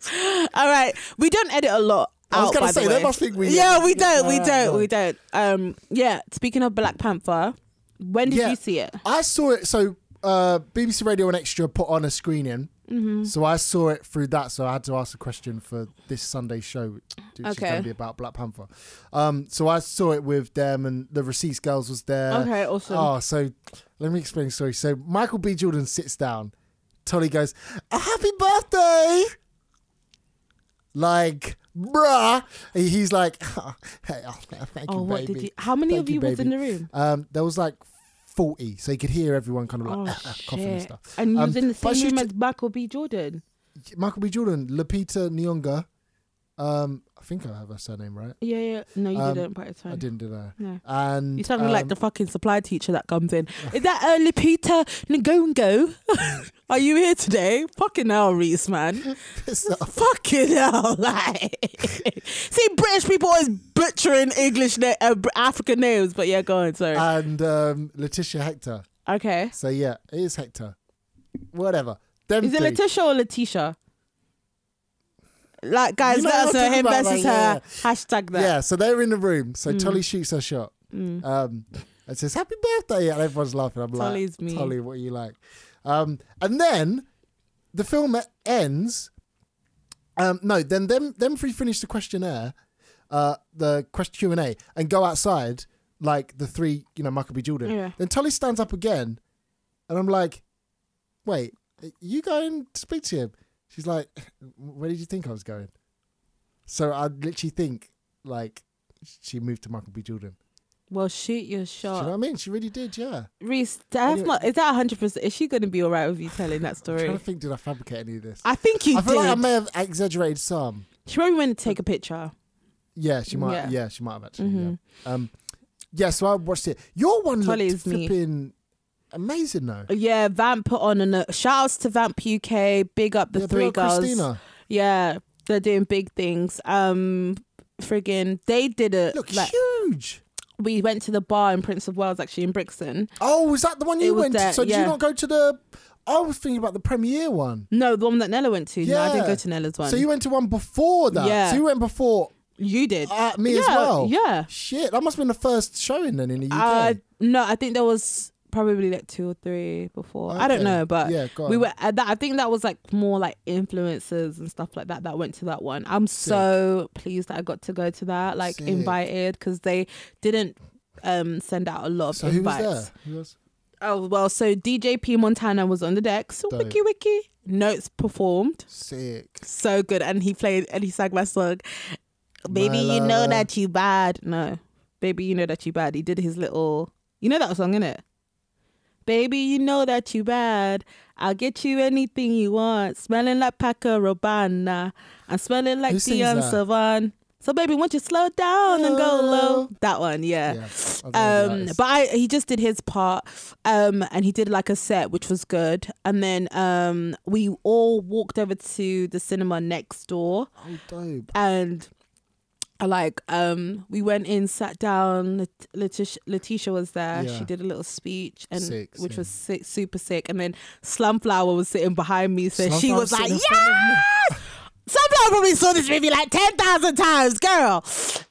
All right. We don't edit a lot. I was out, gonna by the say, they way. must think we- Yeah, we don't. We Uh, don't. no. We don't. Um, yeah. Speaking of Black Panther, when did Yeah. you see it? I saw it. So uh, BBC Radio and Extra put on a screening. Mm-hmm. So I saw it through that. So I had to ask a question for this Sunday show, which is Okay. going to be about Black Panther. Um, so I saw it with them, and the Receipts Girls was there. Okay, awesome. Oh, so let me explain the story. So Michael B. Jordan sits down. Tolly goes, "A happy birthday!" Like, bruh. And he's like, "Hey, oh, thank you, Oh, what baby." did you? How many Thank of you, was baby. in the room? Um, there was like forty, so you could hear everyone kind of like ah, Oh, coughing and shit. stuff. And you Um, was in the but same she room was as Michael B. Jordan. t- Michael B. Jordan, Lupita Nyong'o. Um, I think I have her surname right. Yeah, yeah. No, you Um, didn't, but it's fine. I didn't, did I? No. And Mm. You sound like um, the fucking supply teacher that comes in. Is that uh, Lupita Ngongo? Are you here today? Fucking hell, Reese, man. piss off. Fucking hell, like. See, British people always butchering English, na- uh, Br- African names, but yeah, go on, sorry. and um, Letitia Hector. okay. So yeah, it is Hector. Whatever. Them Is it three. Letitia or Letitia? Like, guys, You know let what us I'm know talking him about, versus like, yeah, her. Hashtag that. Yeah, so they're in the room. So Mm. Tully shoots her shot. Um, and says, Happy birthday. And everyone's laughing. I'm Tully's like, me. Tully, what are you like? Um, and then the film e-, ends. Um, no, then them, them three finish the questionnaire, uh, the question Q&A, and go outside like the three, you know, Michael B. Jordan. Yeah. Then Tully stands up again. And I'm like, wait, you going to speak to him? She's like, where did you think I was going? So I literally think like she moved to Michael B. Jordan. Well, shoot your Do you know what shot. I mean? She really did, yeah. Reese, that's Anyway. not- is that 100%? Is she going to be all right with you telling that I'm story? trying to think, did I fabricate any of this? I, I think you feel did. like I may have exaggerated some. She probably went to take a picture. Yeah, she might. Yeah. Yeah, she might have actually. Yeah. Um, yeah. So I watched it. Your one Totally looked is me. flipping amazing though. Yeah, Vamp put on a shout outs to Vamp UK. Big up the Yeah, big three up girls. Christina. Yeah, they're doing big things. Um, friggin', they did it. Look, like huge. we went to the bar in Prince of Wales actually in Brixton. Oh, is that the one It you was went there, to? So did yeah. you not go to the? I was thinking about the premiere one. No, the one that Nella went to. No, I didn't Yeah. go to Nella's one. So you went to one before that. Yeah. So you went before You did. uh, me as Yeah, well. Yeah. Shit, that must have been the first showing then in the UK. Uh, no, I think there was probably like two or three before. I don't Okay. know, but Yeah, go we on. were at that. I think that was like more like influencers and stuff like that that went to that one. I'm so pleased that I got to go to that, like Sick. invited, because they didn't um send out a lot of so who was invites. there? Who was? Oh well, so DJ P Montana was on the decks. Dope. Wiki wiki notes performed Sick. so good, and he played and he sang my song. Baby, My you know love. that you bad. No, baby, you know that you bad. He did his little. You know that song, innit? Baby, you know that you bad. I'll get you anything you want. Smelling like Paco Robana. I'm smelling like Who sings Dion that? Savant. So baby, won't you slow down and go low? Hello. That one, yeah. Yeah, I don't know the Um, artist. but I, he just did his part, um, and he did like a set, which was good. And then um, we all walked over to the cinema next door, Oh, dope. and uh, like um, we went in, sat down. Let- Letitia, Letitia was there. Yeah. She did a little speech, and Sick, which sick. was sick, super sick. And then Slumflower was sitting behind me, so she Slumflower was like, sitting in front of me. "Yeah." Sunflower probably saw this movie like 10,000 times, girl.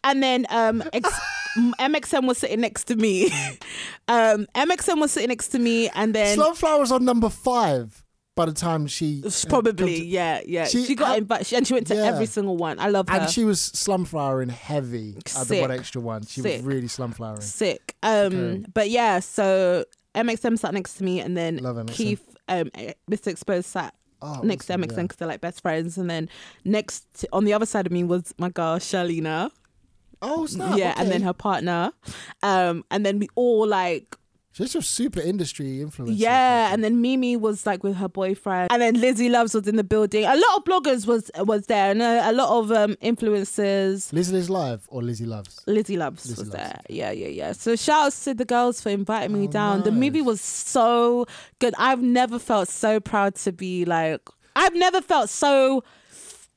And then um, X- MXM was sitting next to me. um, MXM was sitting next to me, and then Slumflower's on number five by the time she she probably, yeah, yeah. She, She- got I- invited, and she went to Yeah. every single one. I love her. and she was slumflowering heavy at the Sick. one extra one. She Sick. was really slumflowering. Sick. Um, Okay. But yeah, so MXM sat next to me, and then Love MXM. Keith, um, Mr. Exposed sat Oh, next awesome, to MXM yeah. because they're like best friends. And then next, to, on the other side of me was my girl, Shalina. Oh snap! yeah, and then okay. her partner. Um, and then we all like She's a super industry influencer. Yeah, and then Mimi was like with her boyfriend, and then Lizzie Loves was in the building. A lot of bloggers was was there, and a, a lot of um, influencers. Lizzie Liz Live or Lizzie Loves. Lizzie Loves Lizzie was Loves. there. Yeah, yeah, yeah. So shout outs to the girls for inviting me Oh, down. The movie nice. was so good. I've never felt so proud to be like. I've never felt so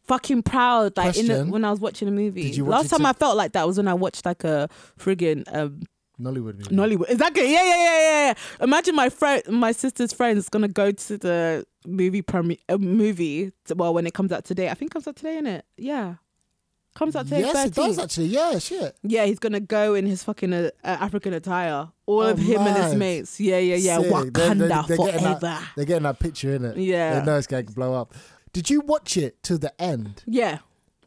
fucking proud like in Question. the, when I was watching a movie. Did you watch Last it time to- I felt like that was when I watched like a friggin' um, Nollywood movie. Nollywood. Exactly. Yeah, yeah, yeah, yeah. yeah. Imagine my friend, my sister's friend is gonna go to the movie premiere uh, movie. t- well, when it comes out today, I think it comes out today, innit? Yeah, comes out today. yes, it 13th. does actually. Yeah, shit. Yeah, he's gonna go in his fucking uh, uh, African attire. All Oh, of him and his mad. mates. Yeah, yeah, yeah. Sick. They're- Wakanda they're- they're getting that- forever. They're getting that picture in it. Yeah. They know it's going to blow up. Did you watch it to the end? Yeah,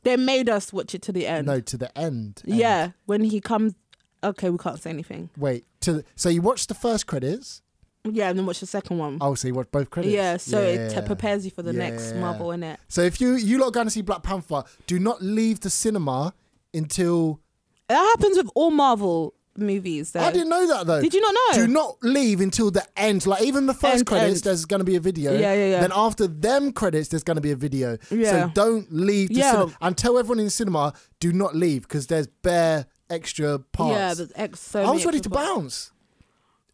they made us watch it to the end. No, to the end. end. Yeah, when he comes. Okay, we can't say anything. Wait. To the, so you watched the first credits. Yeah, and then watch the second one. Oh, so you watched both credits. yeah, so it Yeah. t- prepares you for the next Yeah. Marvel, innit? So if you you lot are going to see Black Panther, do not leave the cinema until. That happens with all Marvel movies. Though. I didn't know that though. Did you not Do know? not leave until the end. Like even the first End, credits, end. there's going to be a video. Yeah, yeah, yeah. Then after them credits, there's going to be a video. Yeah. So don't leave. The Yeah. cinema. and tell everyone in the cinema, do not leave because there's bare extra parts. Yeah, there's ex- so I many was ready to extra parts. bounce,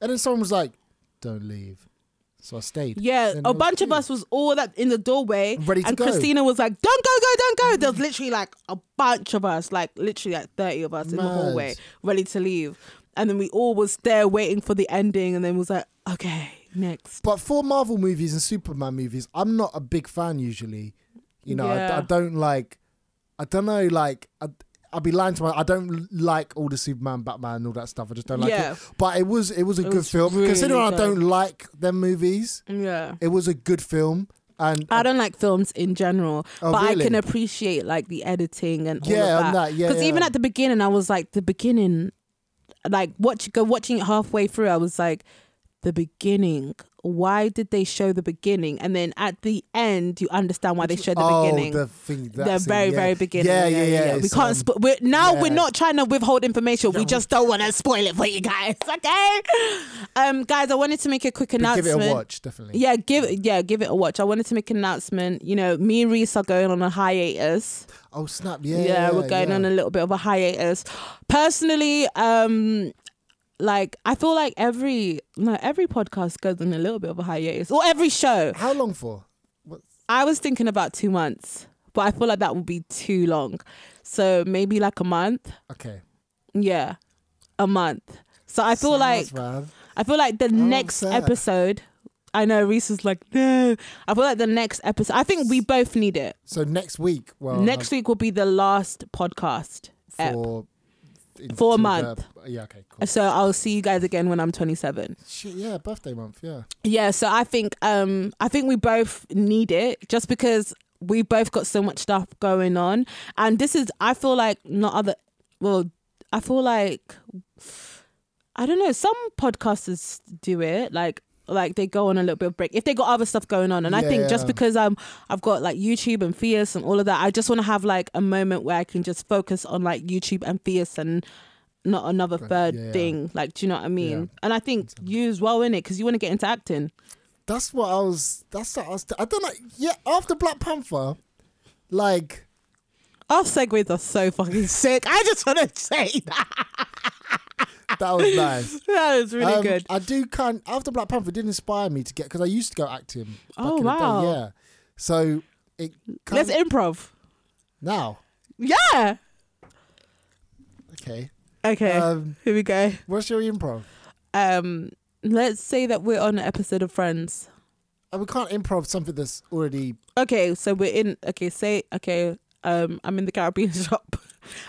and then someone was like, "Don't leave," so I stayed. Yeah, Then I a was bunch of cool. us was all that in the doorway, Ready to and go. Christina was like, "Don't go, go, don't go." There was literally like a bunch of us, like literally like thirty of us in the Mad. hallway, ready to leave, and then we all was there waiting for the ending, and then was like, "Okay, next." But for Marvel movies and Superman movies, I'm not a big fan usually. You know, I, Yeah. I don't like. I don't know, like. I, I'll be lying to my. I don't l- like all the Superman, Batman, and all that stuff. I just don't like Yeah. it. But it was it was a good was film. really Considering I good. don't like them movies, Yeah. it was a good film. And I don't like films in general, Oh, but I really? can appreciate like the editing and all Yeah, of and that, yeah, Because even yeah. at the beginning, I was like, the beginning, like watch go watching it halfway through, I was like, the beginning. Why did they show the beginning? And then at the end, you understand why they showed the oh, beginning. the thing, that the scene, very, yeah. very beginning. Yeah, yeah, yeah. We It's, can't. um, spo- we're, now yeah. we're not trying to withhold information. We Yeah. just don't want to spoil it for you guys. Okay, um, guys, I wanted to make a quick but give announcement. it a watch, definitely. Yeah, give yeah, give it a watch. I wanted to make an announcement. You know, me and Reese are going on a hiatus. Oh snap! Yeah, Yeah, we're going on a little bit of a hiatus. Personally, um like I feel like every no every podcast goes on a little bit of a hiatus or every show. How long for? I was thinking about 2 months, but I feel like that would be too long. So maybe like a month. Okay. Yeah. A month. So I feel Sounds like bad. I feel like the next sad. episode. I know Reese is like, no. I feel like the next episode. I think we both need it. So next week. Well, next week will be the last podcast. ep. for Uh, For a until month. the- yeah. Okay. Cool. So I'll see you guys again when I'm 27. Shit, yeah, birthday month. Yeah. Yeah. So I think, um, I think we both need it just because we both got so much stuff going on, and this is. I feel like not other. Well, I feel like I don't know. Some podcasters do it, like like they go on a little bit of break if they got other stuff going on. And I think just Yeah. because I'm I've got like YouTube and Fierce and all of that, I just want to have like a moment where I can just focus on like YouTube and Fierce and not another third yeah. thing. Like, do you know what I mean? Yeah. And I think you as well in it because you want to get into acting. That's what I was. That's what I was. I don't know. Yeah. After Black Panther, like Our segues are so fucking sick. I just want to say that. that was nice. That was really Um, good. I do kind. After Black Panther, it did inspire me to get because I used to go acting. Back Oh, in the day, wow. yeah. So it kind Let's of, improv. now. Yeah. Okay. Okay. Um, here we go. What's your improv? Um, let's say that we're on an episode of Friends. And we can't improv something that's already. okay, so we're in. Okay, say okay. Um, I'm in the Caribbean shop.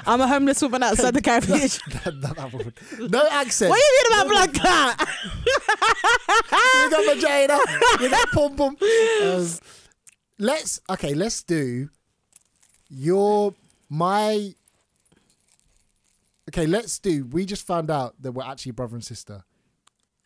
I'm a homeless woman outside the Caribbean shop. that would- no accent. What are you mean about black cat? you got vagina. You got pom pom. Um, let's okay. Let's do your my. Okay, let's do. We just found out that we're actually brother and sister,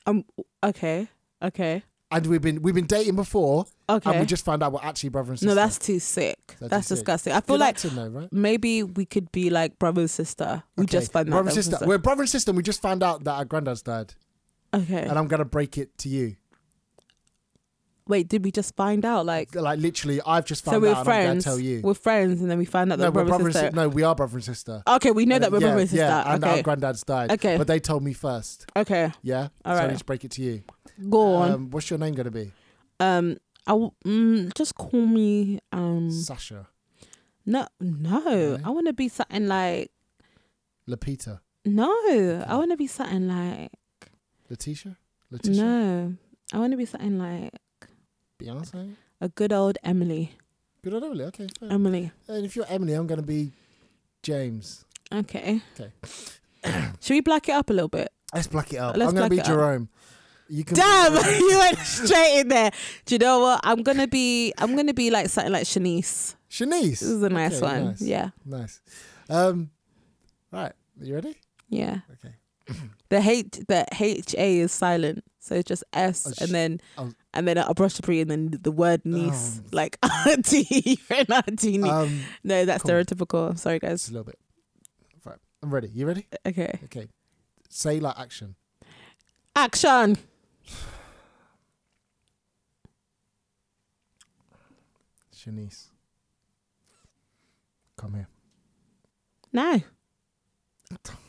Um. Okay. Okay. and we've been we've been dating before, and Okay. we just found out we're actually brother and sister. No, that's too sick. That's too That's sick. disgusting. I feel good like acting though, right? maybe we could be like brother and sister. We Okay, just find brother out. and that we're sister. sister. We're brother and sister. and We just found out that our granddad's died. Okay. and I'm gonna break it to you. Wait, did we just find out? Like, Like literally, I've just so found we're out. And I'm gonna friends. tell you. We're friends, and then we find out that no, we're we're brother and sister. si- no, we are brother and sister. Okay, we know that we're yeah, brother and sister. Yeah, and okay. our granddad's died. Okay. but they told me first. okay. Yeah, so All right. I need to break it to you. Go on. Um, what's your name gonna be? Um, I w- mm, just call me. Um, Sasha no, no. Really? I want to be something like. Lapita. No, I want to be something like. Letitia? Letitia? No, I want to be something like Beyonce? a good old Emily. Good old Emily. Okay, fair. Emily. and if you're Emily, I'm going to be James. Okay. Okay. Should we black it up a little bit? Let's black it up. Let's I'm going black to it be up. Jerome. You can Damn, you went straight in there. Do you know what? I'm gonna be. I'm gonna be like something like Shanice. This Shanice. is a nice Okay, one. nice. Yeah. Nice. Um, right. You ready? Yeah. Okay. The hate the H A is silent, so it's just S, Oh, sh- and then oh. and then apostrophe, and then the word niece, Oh. like auntie, friend auntie. niece. Um, no, that's cool. stereotypical. I'm sorry, just guys. a little bit. Right. I'm ready. You ready? Okay, Okay. Say like action. action. Shanice. Come here. No.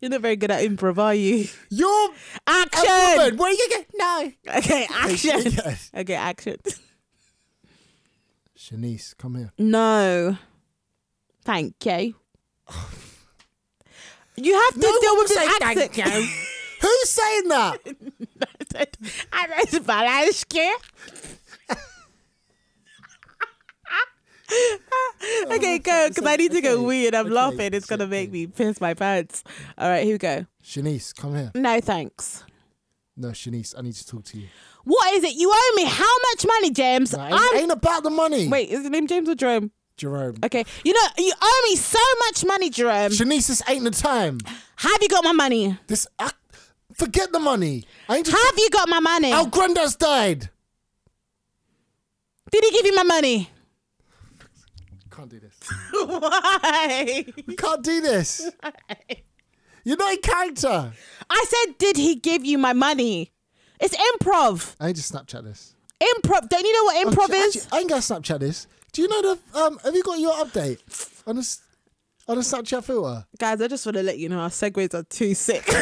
You're not very good at improv, are you? You're a Action. woman. Where are you going? No. Okay, action. Yes. Okay, action. Shanice, come here. No. Thank you. You have to No deal one with say this thank accent. you. Who's saying that? I was Valansky. okay, go, because I need to go Oh, Okay, wee and I'm okay, laughing. It's going to make me piss my pants. All right, here we go. Shanice, come here. No, thanks. No, Shanice, I need to talk to you. What is it? You owe me how much money, James? Nah, it I'm. ain't about the money. Wait, is his name James or Jerome? Jerome. Okay. You know, you owe me so much money, Jerome. Shanice, this ain't the time. Have you got my money? This, I, forget the money. I ain't just. Have you got my money? Our granddad's died. Did he give you my money? Can't do this. Why? We can't do this. You're not in character. I said, did he give you my money? It's improv. I need to Snapchat this. Improv. Don't you know what improv Actually- is? actually, I ain't gonna Snapchat this. Do you know the? Um, have you got your update on this? On a Snapchat filter. Guys, I just want to let you know our segues are too sick.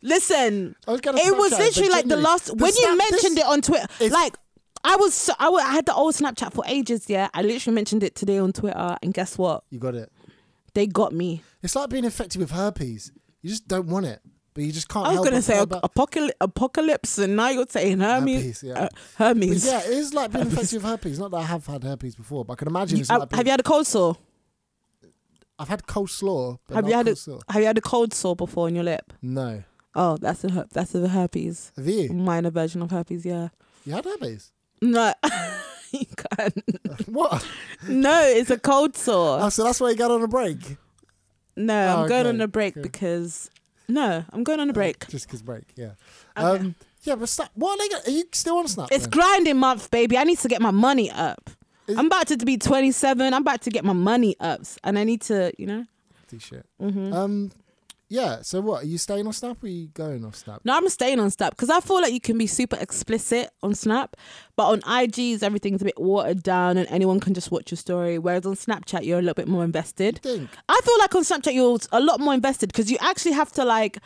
Listen, I was gonna it was Snapchat, literally but like the genuinely, last the when you Snap- this- mentioned it oh. on Twitter. It's- Like I was, so, I wa- I had the old Snapchat for ages. Yeah, I literally mentioned it today on Twitter, and guess what? You got it. They got me. It's like being infected with herpes. You just don't want it, but you just can't. I was help gonna but say oh, feel ap- bad. apocalypse, apocalypse, and now you're saying Hermes. Herpes, yeah. uh, But Hermes. yeah, it is like being infected with herpes. Not that I have had herpes before, but I can imagine it's Uh, like being, have you had a cold sore? I've had cold slaw. But Have not you had cold a sore. Have you had a cold sore before on your lip? No. Oh, that's a her- that's a herpes, Have you? minor version of herpes. Yeah. You had herpes? No, you can't. what? No, it's a cold sore. Oh, so that's why you got on a break. No, I'm Oh, going okay, on a break okay. Oh, because no, I'm going on a break. Just because break, yeah. Okay. Um, yeah, but Snap. What are they? Gonna, are you still on Snap? It's then? grinding month, baby. I need to get my money up. Is- I'm about to be 27. I'm about to get my money ups, and I need to, you know. T-shirt. Mm-hmm. Um, yeah. So what? Are you staying on Snap? Or are you going off Snap? No, I'm staying on Snap because I feel like you can be super explicit on Snap, but on IGs everything's a bit watered down and anyone can just watch your story. Whereas on Snapchat you're a little bit more invested. Think. I feel like on Snapchat you're a lot more invested because you actually have to like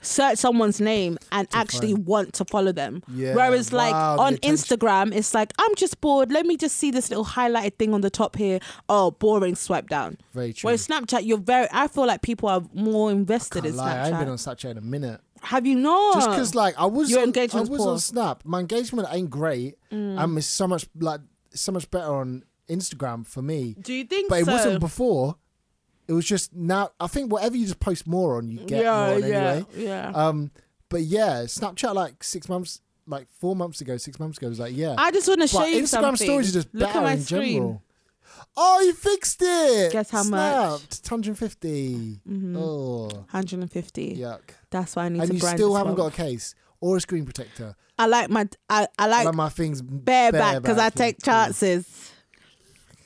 search someone's name and actually want to follow them. Yeah, Whereas like wow, the on attention- Instagram it's like I'm just bored. Let me just see this little highlighted thing on the top here. Oh, boring. Swipe down. Very true. Whereas Snapchat you're very. I feel like people are more invested in Can't lie, I ain't Snapchat. been on Snapchat in a minute. Have you not? Just because, like, I was Your on, I engagement's was poor. Mm. on Snap. My engagement ain't great. Um, it's so much like so much better on Instagram for me. Do you think But it so? wasn't before. It was just now. I think whatever you just post more on, you get more on anyway. yeah. Um, but yeah, Snapchat like six months, like four months ago, six months ago was like yeah. I just want to show but you Instagram something. stories are just Look better at my in screen. general. Oh, you fixed it. Guess how much? Mm-hmm. Snapped, 150. Oh, 150. yuck. That's why I need And to you grind still this haven't one. got a case or a screen protector. I like my. I, I like Like my things bareback because I bareback, take yeah. chances.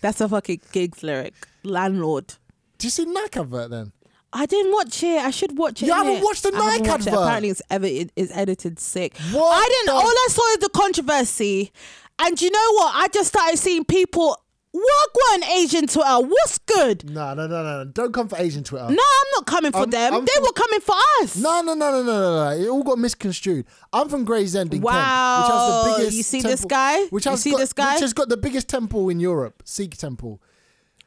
That's a fucking gigs lyric. Landlord. Do you see Nike advert then? I didn't watch it. I should watch it. You haven't innit? watched the I haven't Nike watched it. advert. Apparently, it's ever it is edited sick. What I didn't. the- All I saw is the controversy, and you know what? I just started seeing people. What on Asian Twitter? What's good? No, no, no, no, no. Don't come for Asian Twitter. No, I'm not coming for I'm- them. I'm they from- were coming for us. No, no, no, no, no, no, no. It all got misconstrued. I'm from Gray's End in Kent, which has Wow. the biggest You see temple, this guy? Which You has see got, this guy? Which has got the biggest temple in Europe, Sikh temple.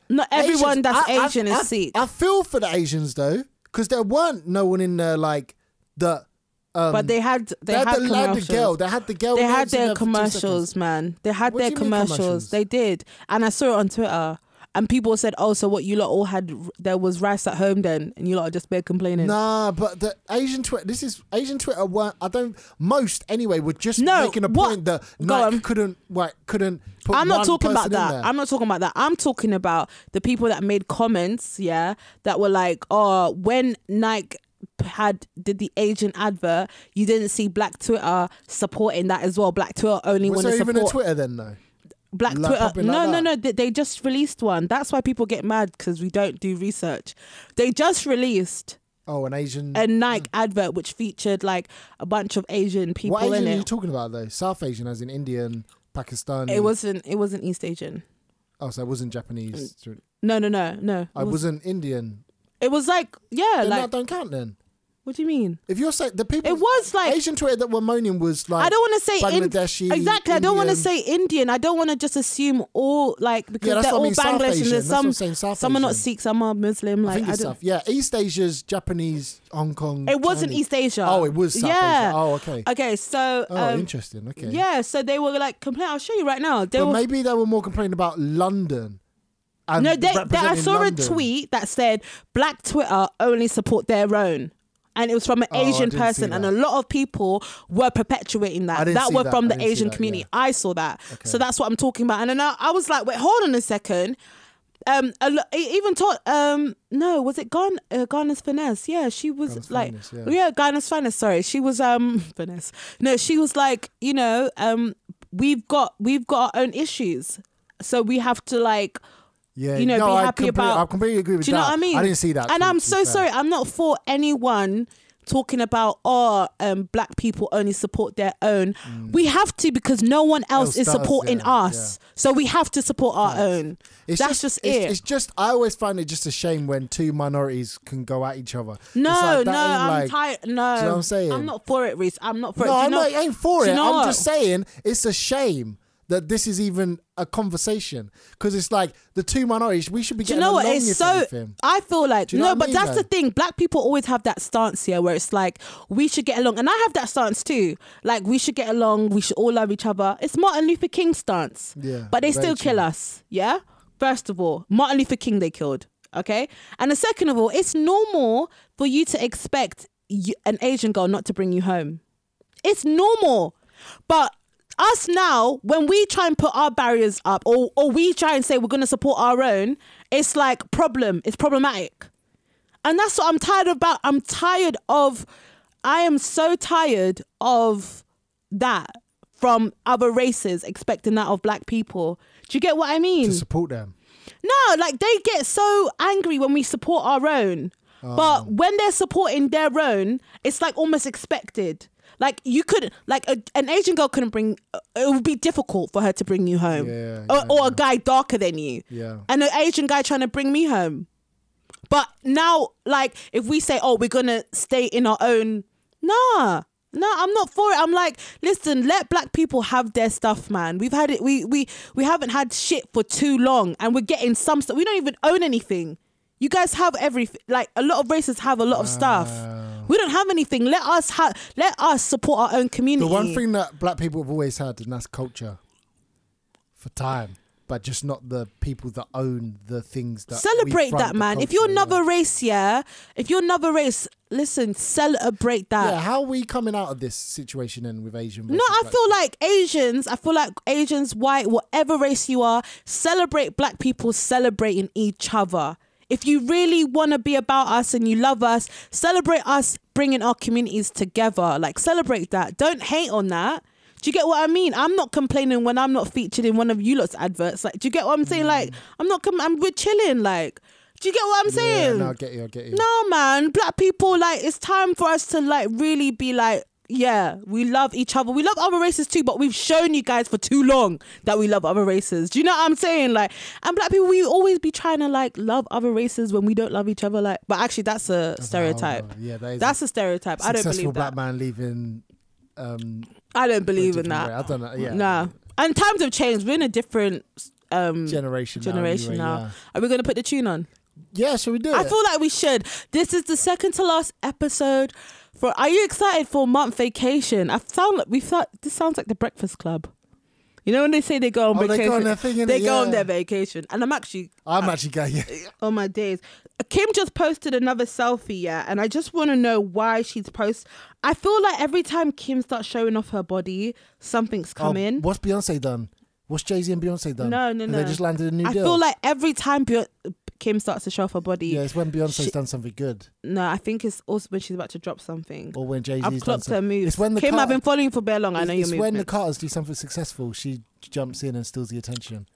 Not everyone Asians- that's I- I- Asian I, um, is Sikh, I feel for the Asians though, because there weren't no one in there like the. Um, but they had they, had, the had lad, the commercials. girl. They had the girl. they names had in their there for two seconds. commercials, man. They had What their do you mean commercials. commercials? They did, and I saw it on Twitter. And people said, "Oh, so what? You lot all had there was rice at home then, and you lot are just bare complaining." Nah, but the Asian Twitter. This is Asian Twitter. Weren't I don't most anyway. Were just No, making a what- point that Go Nike on. couldn't like couldn't. Put I'm not one talking about person in that. there. I'm not talking about that. I'm talking about the people that made comments, yeah, that were like, "Oh, when Nike had did the agent advert, you didn't see Black Twitter supporting that as well. Black Twitter only Was want to there support even a Twitter then though? Black Like, Twitter. popping like no, no, that? no. They, they just released one. That's why people get mad because we don't do research. They just released Oh, an Asian. a Nike advert which featured like a bunch of Asian people what Asian in are you it. talking about though? South Asian, as in Indian, Pakistani. it wasn't. It wasn't East Asian. Oh, so it wasn't Japanese. No, no, no, no. Mm. It I was, wasn't Indian. it was like yeah, Then like that don't count then. what do you mean? If you're saying the people, It was like- Asian Twitter that were moaning was like I don't want to say Ind- Bangladeshi. exactly. I don't want to Indian. say Indian. I don't want to just assume all like because that's what they're I all mean, South Bangladesh Asian. and there's That's what some I'm saying, South some are not Asian. Sikh, some are Muslim. I Like think I, it's don't. South. Yeah, East Asia's Japanese, Hong Kong. It wasn't Chinese. East Asia. Oh, it was South yeah. Asia. Oh, okay. Okay, so Oh, um, interesting. Okay. Yeah, so they were like complaining. I'll show you right now. They But were maybe they were more complaining about London. And no. They, they, I representing saw London. a tweet that said Black Twitter only support their own. And it was from an Oh, I Asian didn't see person, and a that. lot of people were perpetuating I that. didn't That see were that. from I the didn't see Asian that, community. yeah. I saw that, so Okay. that's what I'm talking about. And then I, I was like, wait, hold on a second. Um, a lo- e- even taught. Um, no, was it Garn? Uh, Garner's finesse? Yeah, she was Garner's like, Finesse, yeah. yeah. Garner's finesse. Sorry, she was um finesse. No, she was like, you know, um, we've got we've got our own issues, so we have to like Yeah, you know, no, be I happy completely- about. I completely agree with Do you know that. what I mean? I didn't see that And tweet, I'm to so be fair. sorry. I'm not for anyone talking about oh, um, black people only support their own. We have to because no one else, Mm. Else is does, supporting yeah, us. So we have to support our own. That's just, it. It's, it's just I always find it just a shame when two minorities can go at each other. It's no, like, that no, ain't I'm like- tired. No, Do you know what I'm saying? I'm not for it, Reese. I'm not for it. No, Do you I'm know- not I ain't for do it. you know I'm what? just saying it's a shame that this is even a conversation because it's like the two minorities we should be Do getting you know what? along It's if so. anything. I feel like you know no, what I but mean, that's the though? thing. Black people always have that stance here, where it's like we should get along, and I have that stance too. Like we should get along. We should all love each other. It's Martin Luther King's stance. Yeah, But they very still kill true. us. Yeah. First of all, Martin Luther King they killed. Okay. And the second of all, it's normal for you to expect you, an Asian girl not to bring you home. It's normal. But us now, when we try and put our barriers up or, or we try and say we're going to support our own, it's like problem. It's problematic. And that's what I'm tired about. I'm tired of, I am so tired of that from other races expecting that of black people. Do you get what I mean? to support them. No, like they get so angry when we support our own. Oh. But when they're supporting their own, it's like almost expected. Like you could, like a, an Asian girl couldn't bring. uh, It would be difficult for her to bring you home, Yeah, or, yeah, or a guy darker than you, Yeah. and an Asian guy trying to bring me home. But now, like, if we say, "Oh, we're gonna stay in our own," nah, nah, I'm not for it. I'm like, listen, let black people have their stuff, man. We've had it. We we we haven't had shit for too long, and we're getting some stuff. We don't even own anything. You guys have everything. Like a lot of races have a lot of stuff. We don't have anything. Let us ha- let us support our own The community. one thing that black people have always had, and that's culture for time, but just not the people that own the things that we celebrate front that, the man. If culture, you're yeah. another race, yeah. If you're another race, listen, celebrate that. yeah, how are we coming out of this situation then with Asian? No, I feel like Asians, I feel like Asians, white, whatever race you are, celebrate black people celebrating each other. If you really want to be about us and you love us, celebrate us bringing our communities together. Like, celebrate that. Don't hate on that. Do you get what I mean? I'm not complaining when I'm not featured in one of you lot's adverts. Like, do you get what I'm saying? Like, I'm not, com- I'm, we're chilling. Like, Do you get what I'm saying? no, I get you. I get you. No, man. Black people, like, it's time for us to, like, really be like, yeah, we love each other. We love other races too, but we've shown you guys for too long that we love other races. Do you know what I'm saying? Like, and black people, we always be trying to, like, love other races when we don't love each other. Like, but actually, that's a stereotype. Yeah, that is That's a stereotype. I don't successful believe black that. man leaving. Um, I don't believe in different way. I that. don't know. Yeah, Nah. And times have changed. We're in a different um, Generation. now generation anyway, now. Are we going to put the tune on? Yeah, yeah should we do it? I feel like we should. This is the second to last episode. For are you excited for month vacation? I sound like we thought this sounds like the Breakfast Club. You know when they say they go on Oh, vacation, they go on their thing. innit? they go on Yeah. their vacation, and I'm actually I'm actually going. Yeah. oh my days. Kim just posted another selfie, yeah, and I just want to know why she's post. I feel like every time Kim starts showing off her body, something's Oh, coming. What's Beyonce done? What's Jay Z and Beyonce done? No, no, Have no. They just landed a new I deal. feel like every time Beyonce, Kim starts to show off her body, yeah, it's when Beyonce's She- done something good, no, I think it's also when she's about to drop something. or when Jay I've Z's done clocked her something. moves. It's when the Kim, car- I've been following you for a bit long. I know it's your when the movements. Carters do something successful, she jumps in and steals the attention.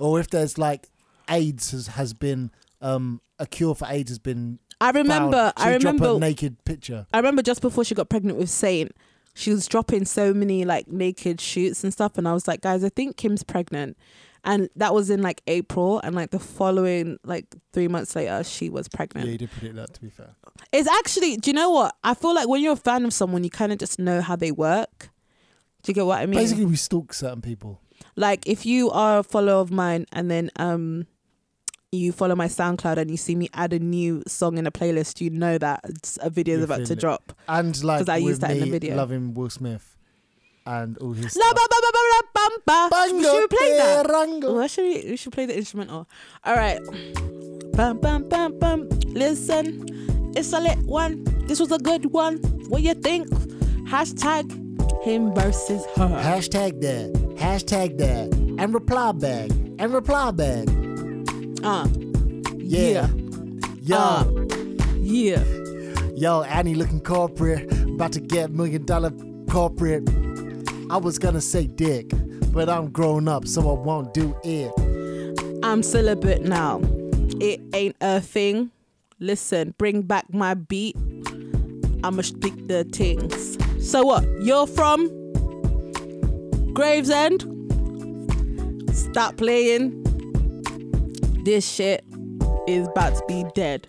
or if there's like AIDS has, has been um, a cure for AIDS has been. I found, remember. I she'll drop a remember. naked picture. I remember just before she got pregnant with Saint, she was dropping so many like naked shoots and stuff, and I was like, guys, I think Kim's pregnant, and that was in like April, and like the following like three months later, she was Yeah, pregnant. you did predict that. To be fair, It's actually, do you know what? I feel like when you're a fan of someone, you kind of just know how they work. Do you get what I mean? basically we stalk certain people. like if you are a follower of mine and then um you follow my SoundCloud and you see me add a new song in a playlist, you know that it's a video is You're about to feeling it. drop. And like 'Cause I with used that me in the video. loving Will Smith and all his. La stuff. ba ba ba ba la bam ba. Should we play that? Bango, Well, actually, we should play the instrumental. All right. Bam, bam, bam, bam. Listen, it's a lit one. This was a good one. What you think? Hashtag him versus her. Hashtag that. Hashtag that. And reply back. And reply back. Uh, Yeah. Yo, Uh, yeah. Uh. yo, Annie looking corporate. About to get million dollar corporate. I was gonna say dick, but I'm grown up, so I won't do it. I'm celibate now. It ain't a thing. Listen, bring back my beat. I'ma speak the things. So what? You're from Gravesend? Stop playing. This shit is about to be dead.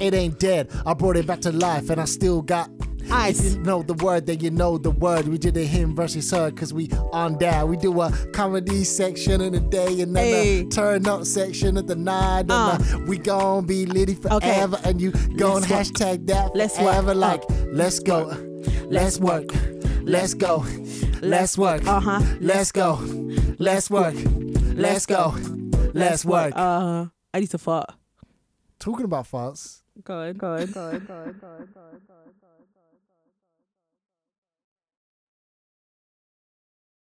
It ain't dead. I brought it back to life, and I still got. Ice. If you know the word, then you know the word. We did a him versus her, cause we on that. We do a comedy section in the day, and then Hey. a turn up section at the night. And Uh. uh, we gon' be litty Okay. forever, and you gon' Let's work. hashtag that Let's work. forever. Uh. Like, let's go, let's work, let's go, let's work, Uh-huh. let's go, let's work, let's go, let's work. Uh, I need to fart. Talking about farts. Go on, go on, go on, go on, go on, go on, go on.